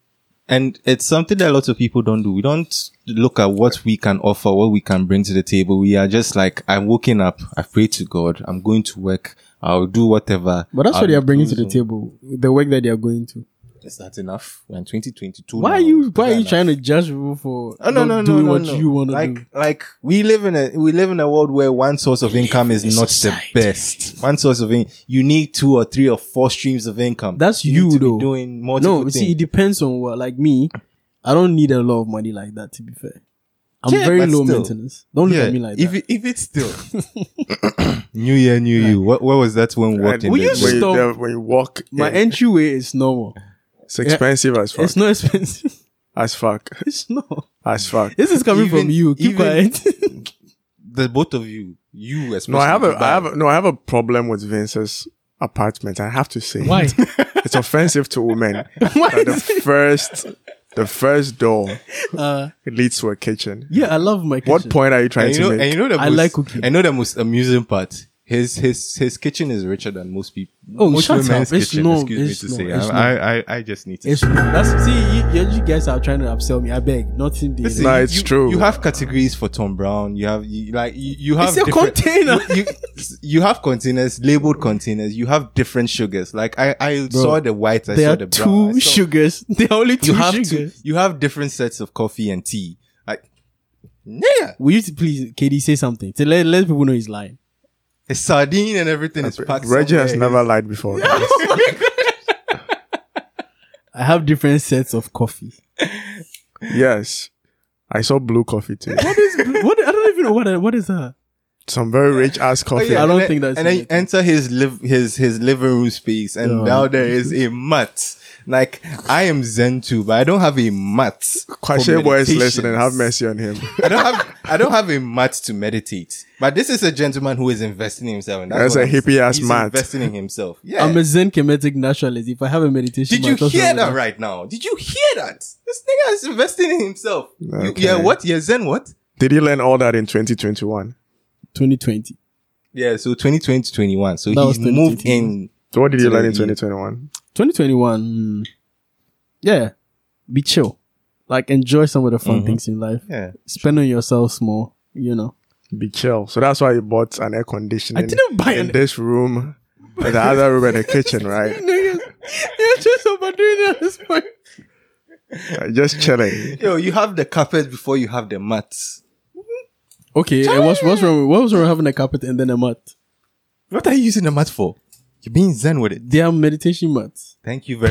Speaker 3: And it's something that a lot of people don't do. We don't look at what we can offer, what we can bring to the table. We are just like, I'm waking up, I pray to God, I'm going to work, I'll do whatever.
Speaker 4: But that's
Speaker 3: I'll
Speaker 4: what they are bringing to
Speaker 3: do
Speaker 4: the table. The work that they are going to.
Speaker 3: Is that enough? We're in 2022.
Speaker 4: Why
Speaker 3: now.
Speaker 4: are you why
Speaker 3: Is
Speaker 4: are you
Speaker 3: that
Speaker 4: trying to judge people for
Speaker 3: enough? Oh, no,
Speaker 4: not
Speaker 3: no, no,
Speaker 4: doing
Speaker 3: no,
Speaker 4: what
Speaker 3: no.
Speaker 4: you want to
Speaker 3: like,
Speaker 4: do?
Speaker 3: Like we live in a we live in a world where one source of income is not the best. One source of in, you need two or three or four streams of income.
Speaker 4: That's
Speaker 3: need
Speaker 4: you,
Speaker 3: to be
Speaker 4: though.
Speaker 3: doing multiple
Speaker 4: No,
Speaker 3: things.
Speaker 4: see, it depends on what. Like me, I don't need a lot of money like that. To be fair, I'm
Speaker 3: Yeah,
Speaker 4: very
Speaker 3: but
Speaker 4: low
Speaker 3: still.
Speaker 4: maintenance. Don't look at me like
Speaker 3: if
Speaker 4: that.
Speaker 3: it- if it's still New Year, New You. What what was that when we walked in?
Speaker 4: Will
Speaker 3: the
Speaker 4: you
Speaker 3: door?
Speaker 5: when, you,
Speaker 4: stop?
Speaker 5: there- when you walk,
Speaker 4: My
Speaker 5: in,
Speaker 4: entryway is normal.
Speaker 5: it's expensive as fuck.
Speaker 4: It's not expensive.
Speaker 5: as fuck.
Speaker 4: it's not.
Speaker 5: As fuck.
Speaker 4: This is coming
Speaker 3: Even-
Speaker 4: from you. Keep
Speaker 3: even-
Speaker 4: quiet.
Speaker 3: the both of you, you especially.
Speaker 5: No, I have a,
Speaker 3: Dubai.
Speaker 5: I have a, no, I have a problem with Vince's apartment. I have to say,
Speaker 4: Why?
Speaker 5: it's offensive to women. that the first, the first door
Speaker 4: Uh,
Speaker 5: leads to a kitchen.
Speaker 4: yeah, I love my kitchen.
Speaker 5: What point are you trying
Speaker 3: And you know,
Speaker 5: to
Speaker 3: and
Speaker 5: make?
Speaker 3: you know the
Speaker 4: I
Speaker 3: most,
Speaker 4: like cooking.
Speaker 3: I know the most amusing part. His his his kitchen is richer than most people.
Speaker 4: Oh,
Speaker 3: most
Speaker 4: shut
Speaker 3: women's
Speaker 4: up. It's
Speaker 3: kitchen.
Speaker 4: no-
Speaker 3: excuse
Speaker 4: it's
Speaker 3: me
Speaker 4: no-
Speaker 3: to say.
Speaker 4: it's no.
Speaker 3: I, I I just need to.
Speaker 4: It's, that's, see, you, you guys are trying to upsell me. I beg, nothing. This
Speaker 5: No, it's
Speaker 3: you,
Speaker 5: true.
Speaker 3: You have categories for Tom Brown. You have you, like you, you have
Speaker 4: It's a
Speaker 3: different-
Speaker 4: container.
Speaker 3: You, you, you have containers, labeled containers. You have different sugars. Like I, I saw the white. I
Speaker 4: there
Speaker 3: saw
Speaker 4: are
Speaker 3: the
Speaker 4: two
Speaker 3: brown. I saw-
Speaker 4: sugars. There are only two
Speaker 3: You have two,
Speaker 4: sugars.
Speaker 3: You have different sets of coffee and tea. Like, yeah,
Speaker 4: Will you please, Katie, say something to let, let people know he's lying?
Speaker 3: a sardine and everything is packed.
Speaker 5: Reggie has
Speaker 3: somewhere.
Speaker 5: never lied before.
Speaker 4: I have different sets of coffee.
Speaker 5: yes, I saw blue coffee too.
Speaker 4: what I don't even know what what is that.
Speaker 5: Some very rich ass
Speaker 3: Oh,
Speaker 5: coffee.
Speaker 4: I don't
Speaker 3: and
Speaker 4: think
Speaker 3: then-
Speaker 4: that's
Speaker 3: And then
Speaker 4: it.
Speaker 3: you enter his live his his living room space, and
Speaker 4: Yeah.
Speaker 3: now there is a mat. Like I am Zen too, but I don't have a mat.
Speaker 5: Kwashe boy is listening.
Speaker 3: meditations.
Speaker 5: Have mercy on him.
Speaker 3: I don't have I don't have a mat to meditate. But this is a gentleman who is investing in himself. and
Speaker 5: That's
Speaker 3: what
Speaker 5: a
Speaker 3: I'm saying.
Speaker 5: hippie-ass
Speaker 3: He's
Speaker 5: mat.
Speaker 3: Investing in himself. Yeah.
Speaker 4: I'm a Zen Kemetic naturalist. If I have a meditation,
Speaker 3: Did
Speaker 4: my
Speaker 3: you
Speaker 4: thoughts
Speaker 3: hear
Speaker 4: are-
Speaker 3: that right now? Did you hear that? This nigga is investing in himself. You-
Speaker 5: Okay.
Speaker 3: yeah. What? Yeah. Zen. What?
Speaker 5: Did he learn all that in 2021?
Speaker 4: 2020.
Speaker 3: Yeah. So 2020 to 21. So
Speaker 4: That was
Speaker 3: he's moved
Speaker 4: 2021.
Speaker 3: in.
Speaker 5: So what did he
Speaker 3: So
Speaker 5: learn in
Speaker 3: he-
Speaker 5: 2021?
Speaker 4: 2021. hmm. Yeah, be chill. Like enjoy some of the fun things in life.
Speaker 3: Yeah.
Speaker 4: Spend on yourself more. You know.
Speaker 5: Be chill. So that's why he bought an air conditioner.
Speaker 4: I didn't buy
Speaker 5: in
Speaker 4: an-
Speaker 5: this room, in the other room, and the kitchen, right?
Speaker 4: Niggas, you're just overdoing it at this point.
Speaker 5: Uh, Just chilling.
Speaker 3: Yo, you have the carpet before you have the mats.
Speaker 4: Okay, and what's what's wrong? with- What was wrong with having a carpet and then a mat?
Speaker 3: What are you using the mat for? You're being zen with it.
Speaker 4: They are meditation mats.
Speaker 3: Thank you very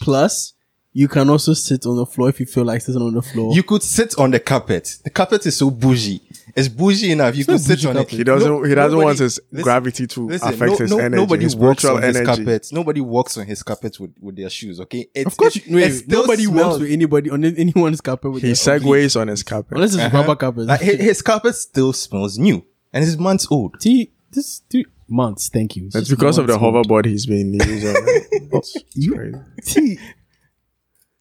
Speaker 3: much.
Speaker 4: plus, you can also sit on the floor if you feel like sitting on the floor.
Speaker 3: You could sit on the carpet. The carpet is so bougie. It's bougie enough. You could
Speaker 4: not
Speaker 3: sit
Speaker 4: bougie
Speaker 3: on
Speaker 4: carpet.
Speaker 3: it.
Speaker 5: He doesn't.
Speaker 3: No-
Speaker 5: he doesn't
Speaker 3: nobody-
Speaker 5: want his
Speaker 3: listen,
Speaker 5: gravity to
Speaker 3: listen,
Speaker 5: affect
Speaker 3: no-
Speaker 5: his
Speaker 3: no-
Speaker 5: energy.
Speaker 3: Nobody
Speaker 5: his
Speaker 3: walks
Speaker 5: spiritual
Speaker 3: on his
Speaker 5: energy.
Speaker 3: carpet. Nobody walks on his carpet with, with their shoes. Okay. It,
Speaker 4: of course,
Speaker 3: it- it
Speaker 4: wait,
Speaker 3: still
Speaker 4: nobody
Speaker 3: smells-
Speaker 4: works with anybody on any- anyone's carpet with
Speaker 5: He
Speaker 4: their-
Speaker 5: segues on his carpet.
Speaker 4: unless it's rubber carpet.
Speaker 3: Like, his, his carpet still smells new, and it's months old.
Speaker 4: See, this three months. Thank you.
Speaker 5: That's because of the hoverboard he's been using. It's crazy.
Speaker 4: See,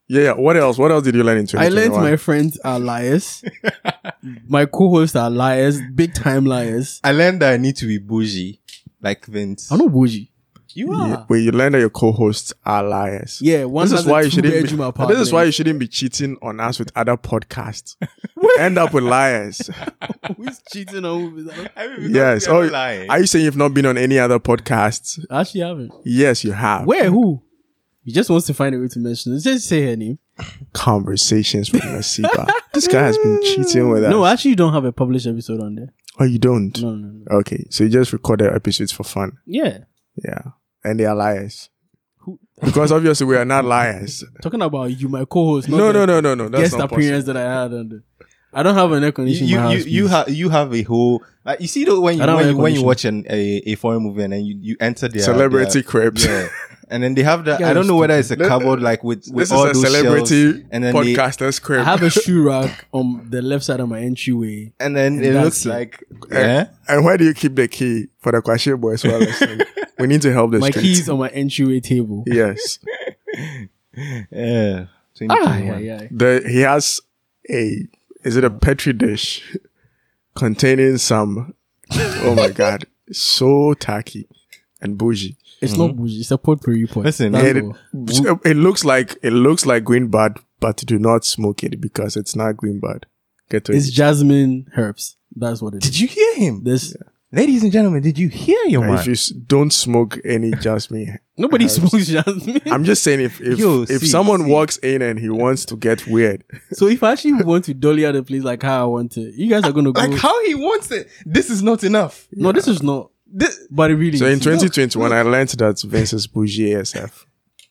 Speaker 5: Yeah, yeah. What else? What else did you learn in
Speaker 4: I learned
Speaker 5: 2021?
Speaker 4: my friends are liars. my co-hosts are liars, big time liars.
Speaker 3: I learned that I need to be bougie, like Vince.
Speaker 4: I'm not bougie.
Speaker 3: You
Speaker 5: You- where you learn that your co-hosts are liars.
Speaker 4: Ah. Yeah, one
Speaker 5: this
Speaker 4: has
Speaker 5: is why
Speaker 4: a
Speaker 5: you shouldn't.
Speaker 4: two-bedroom
Speaker 5: Be,
Speaker 4: apartment.
Speaker 5: this is why you shouldn't be cheating on us with other podcasts. End up with liars.
Speaker 4: Who's cheating on who? is- I
Speaker 5: yes. Oh, are you saying you've not been on any other podcasts?
Speaker 4: actually haven't.
Speaker 5: Yes, you have.
Speaker 4: Where? Who? He just wants to find a way to mention. it. Just say her name.
Speaker 5: Conversations with Nasiba. this guy has been cheating with us.
Speaker 4: No, actually, you don't have a published episode on there.
Speaker 5: oh, you don't.
Speaker 4: No, no, no.
Speaker 5: Okay, so you just recorded episodes for fun.
Speaker 4: Yeah.
Speaker 5: Yeah, and they are liars.
Speaker 4: Who-
Speaker 5: Because obviously we are not liars.
Speaker 4: Talking about you, my co-host. not
Speaker 5: No,
Speaker 4: the
Speaker 5: no, no, no, no. That's
Speaker 4: Guest
Speaker 5: not
Speaker 4: appearance
Speaker 5: possible.
Speaker 4: that I had on the. I don't have an air conditioner. in
Speaker 3: you
Speaker 4: my
Speaker 3: you,
Speaker 4: house,
Speaker 3: you
Speaker 4: please.
Speaker 3: have you have a whole like you see though when you
Speaker 4: I don't
Speaker 3: when
Speaker 4: have
Speaker 3: you, when you
Speaker 4: condition.
Speaker 3: watch an, a a foreign movie and then you, you enter their
Speaker 5: Celebrity
Speaker 3: their-
Speaker 5: cribs.
Speaker 3: yeah. And then they have that.
Speaker 4: Yeah,
Speaker 3: I don't
Speaker 4: it's
Speaker 3: know whether it's a cupboard like with, with
Speaker 5: This
Speaker 3: all
Speaker 5: is a
Speaker 3: those
Speaker 5: celebrity
Speaker 3: shelves, and then they-
Speaker 5: podcaster's crib.
Speaker 4: I have a shoe rack on the left side of my entryway.
Speaker 3: and then
Speaker 4: and
Speaker 3: it
Speaker 4: that's
Speaker 3: looks
Speaker 4: it.
Speaker 3: like
Speaker 5: Eh?
Speaker 3: yeah.
Speaker 5: And where do you keep the key for the question boy as well? listen. we need to help the
Speaker 4: My
Speaker 5: street.
Speaker 4: keys on my entryway table.
Speaker 5: Yes.
Speaker 3: Yeah.
Speaker 4: Ah,
Speaker 3: 2021.
Speaker 4: yeah, yeah.
Speaker 5: The he has a is it a petri dish containing some oh my god. So tacky and bougie.
Speaker 4: It's not bougie. It's a potpourri pot.
Speaker 3: Listen,
Speaker 4: That's
Speaker 5: And it,
Speaker 4: all.
Speaker 5: it looks like it looks like green bud, but do not smoke it because it's not green bud. Get to
Speaker 4: it's
Speaker 5: it.
Speaker 4: jasmine herbs. That's what it is.
Speaker 3: Did you hear him,
Speaker 4: This
Speaker 3: ladies and gentlemen? Did you hear your
Speaker 5: If
Speaker 3: man?
Speaker 5: you s- don't smoke any jasmine,
Speaker 4: nobody smokes jasmine.
Speaker 5: I'm just saying if if,
Speaker 3: Yo,
Speaker 5: if
Speaker 3: see,
Speaker 5: someone
Speaker 3: see.
Speaker 5: walks in and he wants to get weird,
Speaker 4: so if I actually want to dolly out the place like how I want it, you guys are gonna go.
Speaker 3: Like how he wants it. This is not enough.
Speaker 4: no, this is not.
Speaker 3: This,
Speaker 4: But it really.
Speaker 5: So in
Speaker 4: is.
Speaker 5: 2021, I learned that Vince is bougie ASF.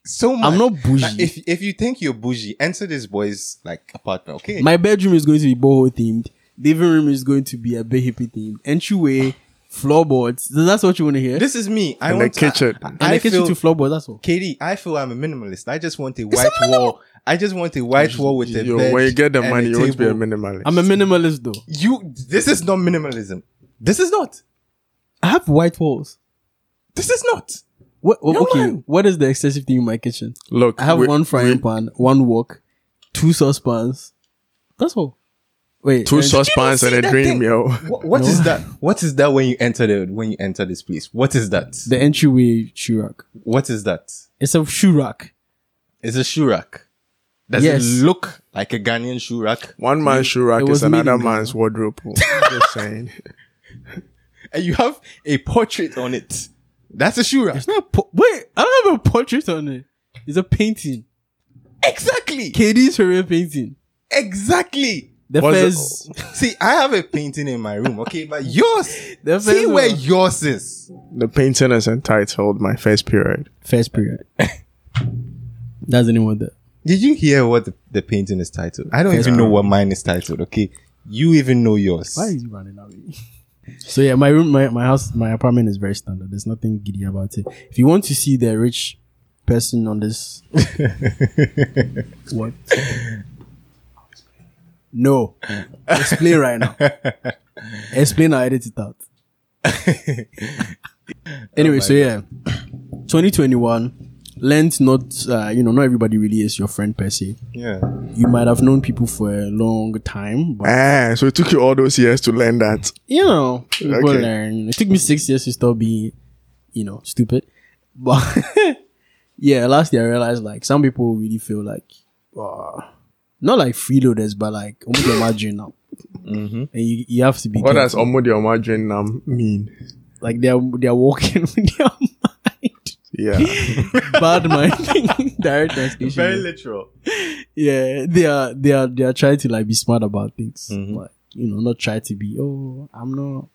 Speaker 3: so much.
Speaker 4: I'm not bougie.
Speaker 3: Like, if if you think you're bougie, enter this boy's like apartment. Okay.
Speaker 4: my bedroom is going to be boho themed. Living room is going to be a bit hippie themed. Entryway floorboards. That's what you want to hear.
Speaker 3: This is me. I
Speaker 5: In the
Speaker 3: want
Speaker 5: kitchen.
Speaker 3: I,
Speaker 4: and
Speaker 3: I,
Speaker 4: I
Speaker 3: I
Speaker 4: get you
Speaker 3: feel
Speaker 4: to floorboards. That's all.
Speaker 3: Katie, I feel I'm a minimalist. I just want a white wall. I just want a white wall with a
Speaker 5: Yo,
Speaker 3: bed.
Speaker 5: when you get the
Speaker 3: and
Speaker 5: money,
Speaker 3: a
Speaker 5: you won't be a
Speaker 3: table.
Speaker 5: minimalist.
Speaker 4: I'm a minimalist though.
Speaker 3: You. This is not minimalism. This is not.
Speaker 4: I have white walls.
Speaker 3: This is not.
Speaker 4: What, what-
Speaker 3: No
Speaker 4: okay,
Speaker 3: one.
Speaker 4: what is the excessive thing in my kitchen?
Speaker 5: Look,
Speaker 4: I have
Speaker 5: we-
Speaker 4: one frying
Speaker 5: we-
Speaker 4: pan, one wok, two saucepans. That's all. Wait,
Speaker 5: two
Speaker 4: and-
Speaker 5: saucepans and a dream, yo.
Speaker 3: What, what
Speaker 4: No.
Speaker 3: is that? What is that when you enter the when you enter this place? What is that?
Speaker 4: The entryway shoe rack.
Speaker 3: What is that?
Speaker 4: It's a shoe rack.
Speaker 3: It's a shoe rack. Does
Speaker 4: Yes.
Speaker 3: it look like a Ghanaian shoe rack?
Speaker 5: One man's shoe rack
Speaker 4: it was
Speaker 5: is
Speaker 4: made
Speaker 5: another
Speaker 4: in Ghana.
Speaker 5: man's wardrobe. oh. I'm just saying.
Speaker 3: And you have a portrait on it. That's a shoe rack.
Speaker 4: It's not. Po- Wait, I don't have a portrait on it. It's a painting.
Speaker 3: Exactly.
Speaker 4: KD's Ferrer painting.
Speaker 3: Exactly.
Speaker 4: The
Speaker 5: What's the-
Speaker 4: first.
Speaker 3: See, I have a painting in my room, okay, but yours.
Speaker 4: The
Speaker 3: see
Speaker 4: first
Speaker 3: where
Speaker 4: one.
Speaker 3: yours is.
Speaker 5: The painting is entitled My First Period.
Speaker 4: First period. Doesn't even want that.
Speaker 3: Did you hear what the, the painting is titled? I don't
Speaker 4: Yes,
Speaker 3: even
Speaker 4: ma'am.
Speaker 3: know what mine is titled. Okay, you even know yours.
Speaker 4: Why is he running away? so yeah, my room, my, my house, my apartment is very standard. There's nothing giddy about it. If you want to see the rich person on this, what? No, explain right now. Explain. I edit it out. anyway, so yeah, 2021 learned not. Uh, you know, not everybody really is your friend per se.
Speaker 3: Yeah.
Speaker 4: You might have known people for a long time, but
Speaker 5: Ah, so it took you all those years to learn that.
Speaker 4: you know, people
Speaker 5: Okay.
Speaker 4: learn. It took me six years to stop being, you know, stupid. But yeah, last year I realized like some people really feel like, uh, not like freeloaders, but like almost imagine now. Mm-hmm. And you, you have to be
Speaker 5: What does
Speaker 4: careful.
Speaker 5: Omudi Omadrin um, mean?
Speaker 4: like they're they're walking with their mind,
Speaker 5: Yeah.
Speaker 4: bad mind, direct translation.
Speaker 3: literal.
Speaker 4: yeah, they are they are they are trying to like be smart about things,
Speaker 5: Mm-hmm.
Speaker 4: like you know, not try to be. Oh, I'm not.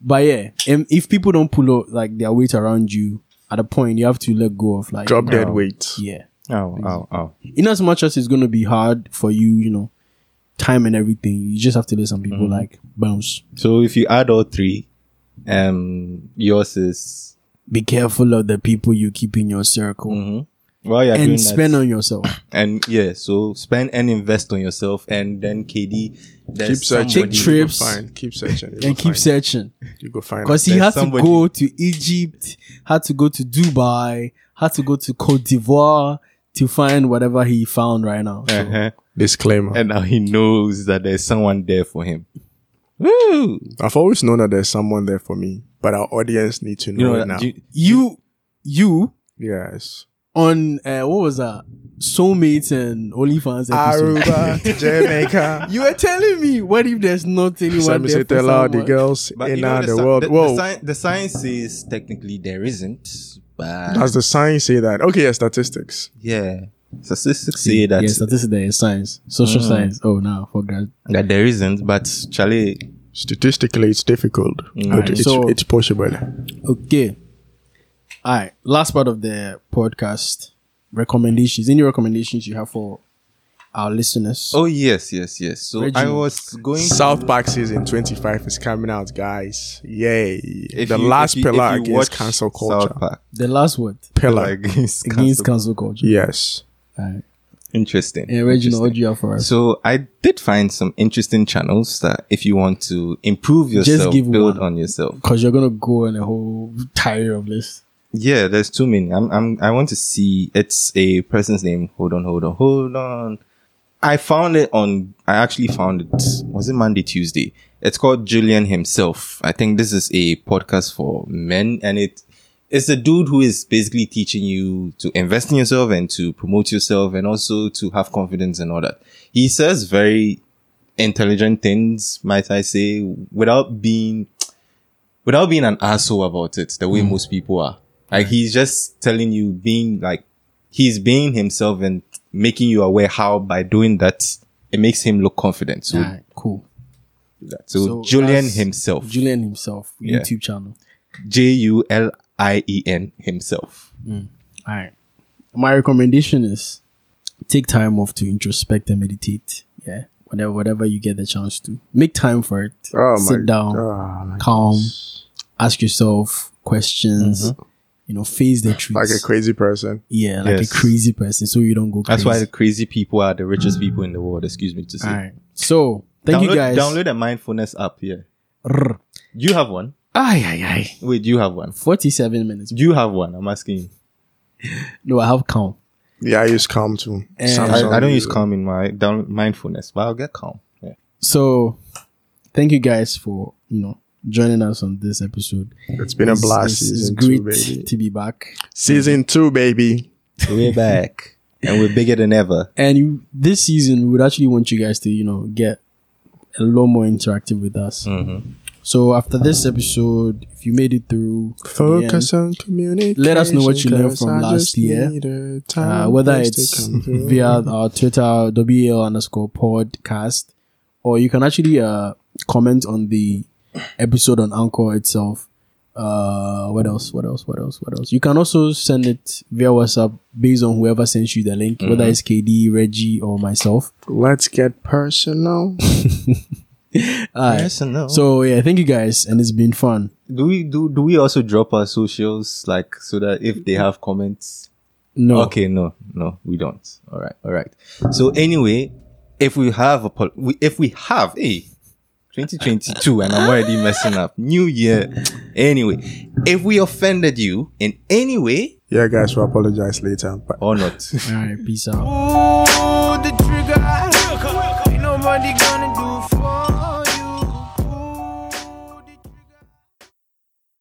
Speaker 4: But yeah, um, if people don't pull up like their weight around you, at a point you have to let go of like
Speaker 5: Drop dead weight.
Speaker 4: Yeah,
Speaker 3: Oh, oh, oh.
Speaker 4: in as much as it's gonna be hard for you, you know, time and everything, you just have to let some people
Speaker 5: Mm-hmm.
Speaker 4: like bounce.
Speaker 3: So if you add all three, um, yours is
Speaker 4: Be careful of the people you keep in your circle
Speaker 5: Mm-hmm.
Speaker 3: while you're doing
Speaker 4: and spend
Speaker 3: that,
Speaker 4: on yourself.
Speaker 3: and yeah, so spend and invest on yourself, and then KD, there's
Speaker 5: Keep searching.
Speaker 3: somebody-
Speaker 4: Take trips.
Speaker 5: You go find. Keep searching. You go
Speaker 4: And keep
Speaker 5: find.
Speaker 4: searching
Speaker 5: You go find.
Speaker 4: because he
Speaker 3: There's
Speaker 4: had to
Speaker 3: somebody-
Speaker 4: go to Egypt, had to go to Dubai, had to go to Cote d'Ivoire to find whatever he found right now. So-
Speaker 3: Uh-huh.
Speaker 5: Disclaimer.
Speaker 3: And now he knows that there's someone there for him. Woo!
Speaker 5: I've always known that there's someone there for me, but our audience need to know,
Speaker 3: You know
Speaker 5: it now.
Speaker 3: that. you-
Speaker 4: you you
Speaker 5: yes.
Speaker 4: on uh, what was that soulmates and OnlyFans episode.
Speaker 5: Jamaica.
Speaker 4: You were telling me what if there's not anyone
Speaker 5: Sammy
Speaker 4: there
Speaker 5: said,
Speaker 4: for
Speaker 5: tell all the
Speaker 4: someone?
Speaker 5: girls
Speaker 3: But
Speaker 5: in
Speaker 3: you know,
Speaker 5: all
Speaker 3: the,
Speaker 5: eh, the
Speaker 3: sci-
Speaker 5: world.
Speaker 3: The,
Speaker 5: Whoa.
Speaker 3: the, sci- the science says technically there isn't, but
Speaker 5: Does the science say that? Okay, yeah, statistics.
Speaker 3: yeah, statistics say that
Speaker 4: yes, that is the science, social science. Oh, now for God.
Speaker 3: that there isn't. But Charlie,
Speaker 5: Statistically, it's difficult, but
Speaker 4: Alright,
Speaker 5: it's,
Speaker 4: Mm. so-
Speaker 5: it's possible.
Speaker 4: Okay. All right. Last part of the podcast recommendations. Any recommendations you have for our listeners?
Speaker 3: oh yes, yes, yes. So I
Speaker 4: Reginald.
Speaker 3: was going
Speaker 5: South Park season 25 is coming out, guys. Yay.
Speaker 3: If
Speaker 5: the
Speaker 3: you-
Speaker 5: last
Speaker 3: if you- if
Speaker 5: pillar
Speaker 3: you
Speaker 5: against
Speaker 3: watch
Speaker 5: cancel culture.
Speaker 3: South Park,
Speaker 4: The last word
Speaker 5: Pillar.
Speaker 3: against cancel-
Speaker 4: against cancel culture.
Speaker 5: yes.
Speaker 4: All right.
Speaker 3: Interesting.
Speaker 4: And Reginald, what
Speaker 3: Interesting.
Speaker 4: do you have for us?
Speaker 3: So I did find some interesting channels that if you want to improve yourself,
Speaker 4: give
Speaker 3: build
Speaker 4: one.
Speaker 3: on yourself.
Speaker 4: Because you're gonna go on a whole tire of this.
Speaker 3: Yeah, there's too many. I'm, I'm, I want to see. It's a person's name. Hold on, hold on, hold on. I found it on. I actually found it. Was it Monday, Tuesday? It's called Julian himself. I think this is a podcast for men, and it it's a dude who is basically teaching you to invest in yourself and to promote yourself, and also to have confidence and all that. He says very intelligent things, might I say, without being without being an asshole about it, the way
Speaker 4: Mm.
Speaker 3: most people are. Like he's just telling you being like he's being himself and making you aware how by doing that it makes him look confident. So,
Speaker 4: All right. Cool.
Speaker 3: so,
Speaker 4: So
Speaker 3: Julian
Speaker 4: that's
Speaker 3: himself,
Speaker 4: Julian himself.
Speaker 3: Yeah.
Speaker 4: YouTube channel.
Speaker 3: J U L I E N himself.
Speaker 4: All right. My recommendation is take time off to introspect and meditate. Yeah. Whenever, whenever you get the chance to, make time for it.
Speaker 5: Oh,
Speaker 4: Sit
Speaker 5: my
Speaker 4: down,
Speaker 5: God.
Speaker 4: calm, ask yourself questions. You know, face the truth.
Speaker 5: Mm-hmm. like a crazy person.
Speaker 4: yeah, like
Speaker 3: Yes.
Speaker 4: a crazy person, so you don't go.
Speaker 3: That's
Speaker 4: Crazy.
Speaker 3: why the crazy people are the richest people in the world. Excuse me to say.
Speaker 4: All right. So thank
Speaker 3: download,
Speaker 4: you guys.
Speaker 3: Download a mindfulness app. Yeah.
Speaker 4: Rrr.
Speaker 3: You have one.
Speaker 4: Ay, ay, ay.
Speaker 3: Wait, you have one.
Speaker 4: Forty-seven minutes.
Speaker 3: You have one. I'm asking. you.
Speaker 4: No, I have count.
Speaker 5: Yeah, I use Calm too.
Speaker 4: And-
Speaker 5: Samsung
Speaker 3: I, I don't use
Speaker 5: user.
Speaker 3: calm in my down mindfulness, but I'll get calm. Yeah.
Speaker 4: So thank you guys for you know joining us on this episode.
Speaker 5: It's been a blast.
Speaker 4: It's, it's
Speaker 5: season
Speaker 4: great
Speaker 5: two, baby.
Speaker 4: to be back.
Speaker 5: Season two, baby.
Speaker 3: We're back, and we're bigger than ever.
Speaker 4: And you, this season, we would actually want you guys to, you know, get a lot more interactive with us. So after this episode, if you made it through, to the
Speaker 5: Focus on communication.
Speaker 4: Let us know what you learned
Speaker 5: 'cause
Speaker 4: from
Speaker 5: I
Speaker 4: last
Speaker 5: just
Speaker 4: year.
Speaker 5: need a
Speaker 4: end,
Speaker 5: time
Speaker 4: uh, whether
Speaker 5: place to
Speaker 4: it's
Speaker 5: come through.
Speaker 4: via our Twitter WL underscore podcast, or you can actually uh, comment on the episode on Anchor itself. Uh, what else? What else? What else? What else? You can also send it via WhatsApp based on whoever sends you the link, whether it's KD, Reggie, or myself.
Speaker 5: Let's get personal.
Speaker 4: All right.
Speaker 3: Yes and no. So
Speaker 4: So yeah, thank you guys, and it's been fun.
Speaker 3: do we do do we also drop our socials like so that if they have comments?
Speaker 4: No,
Speaker 3: Okay, no, no, we don't. All right, all right. So anyway, if we have a pol- we, if we have a 2022 and I'm already messing up new year. Anyway, if we offended you in any way
Speaker 5: yeah, guys, we'll apologize later. But
Speaker 3: or not.
Speaker 4: All right, peace out.
Speaker 2: Ooh, the trigger. Ain't nobody gonna do for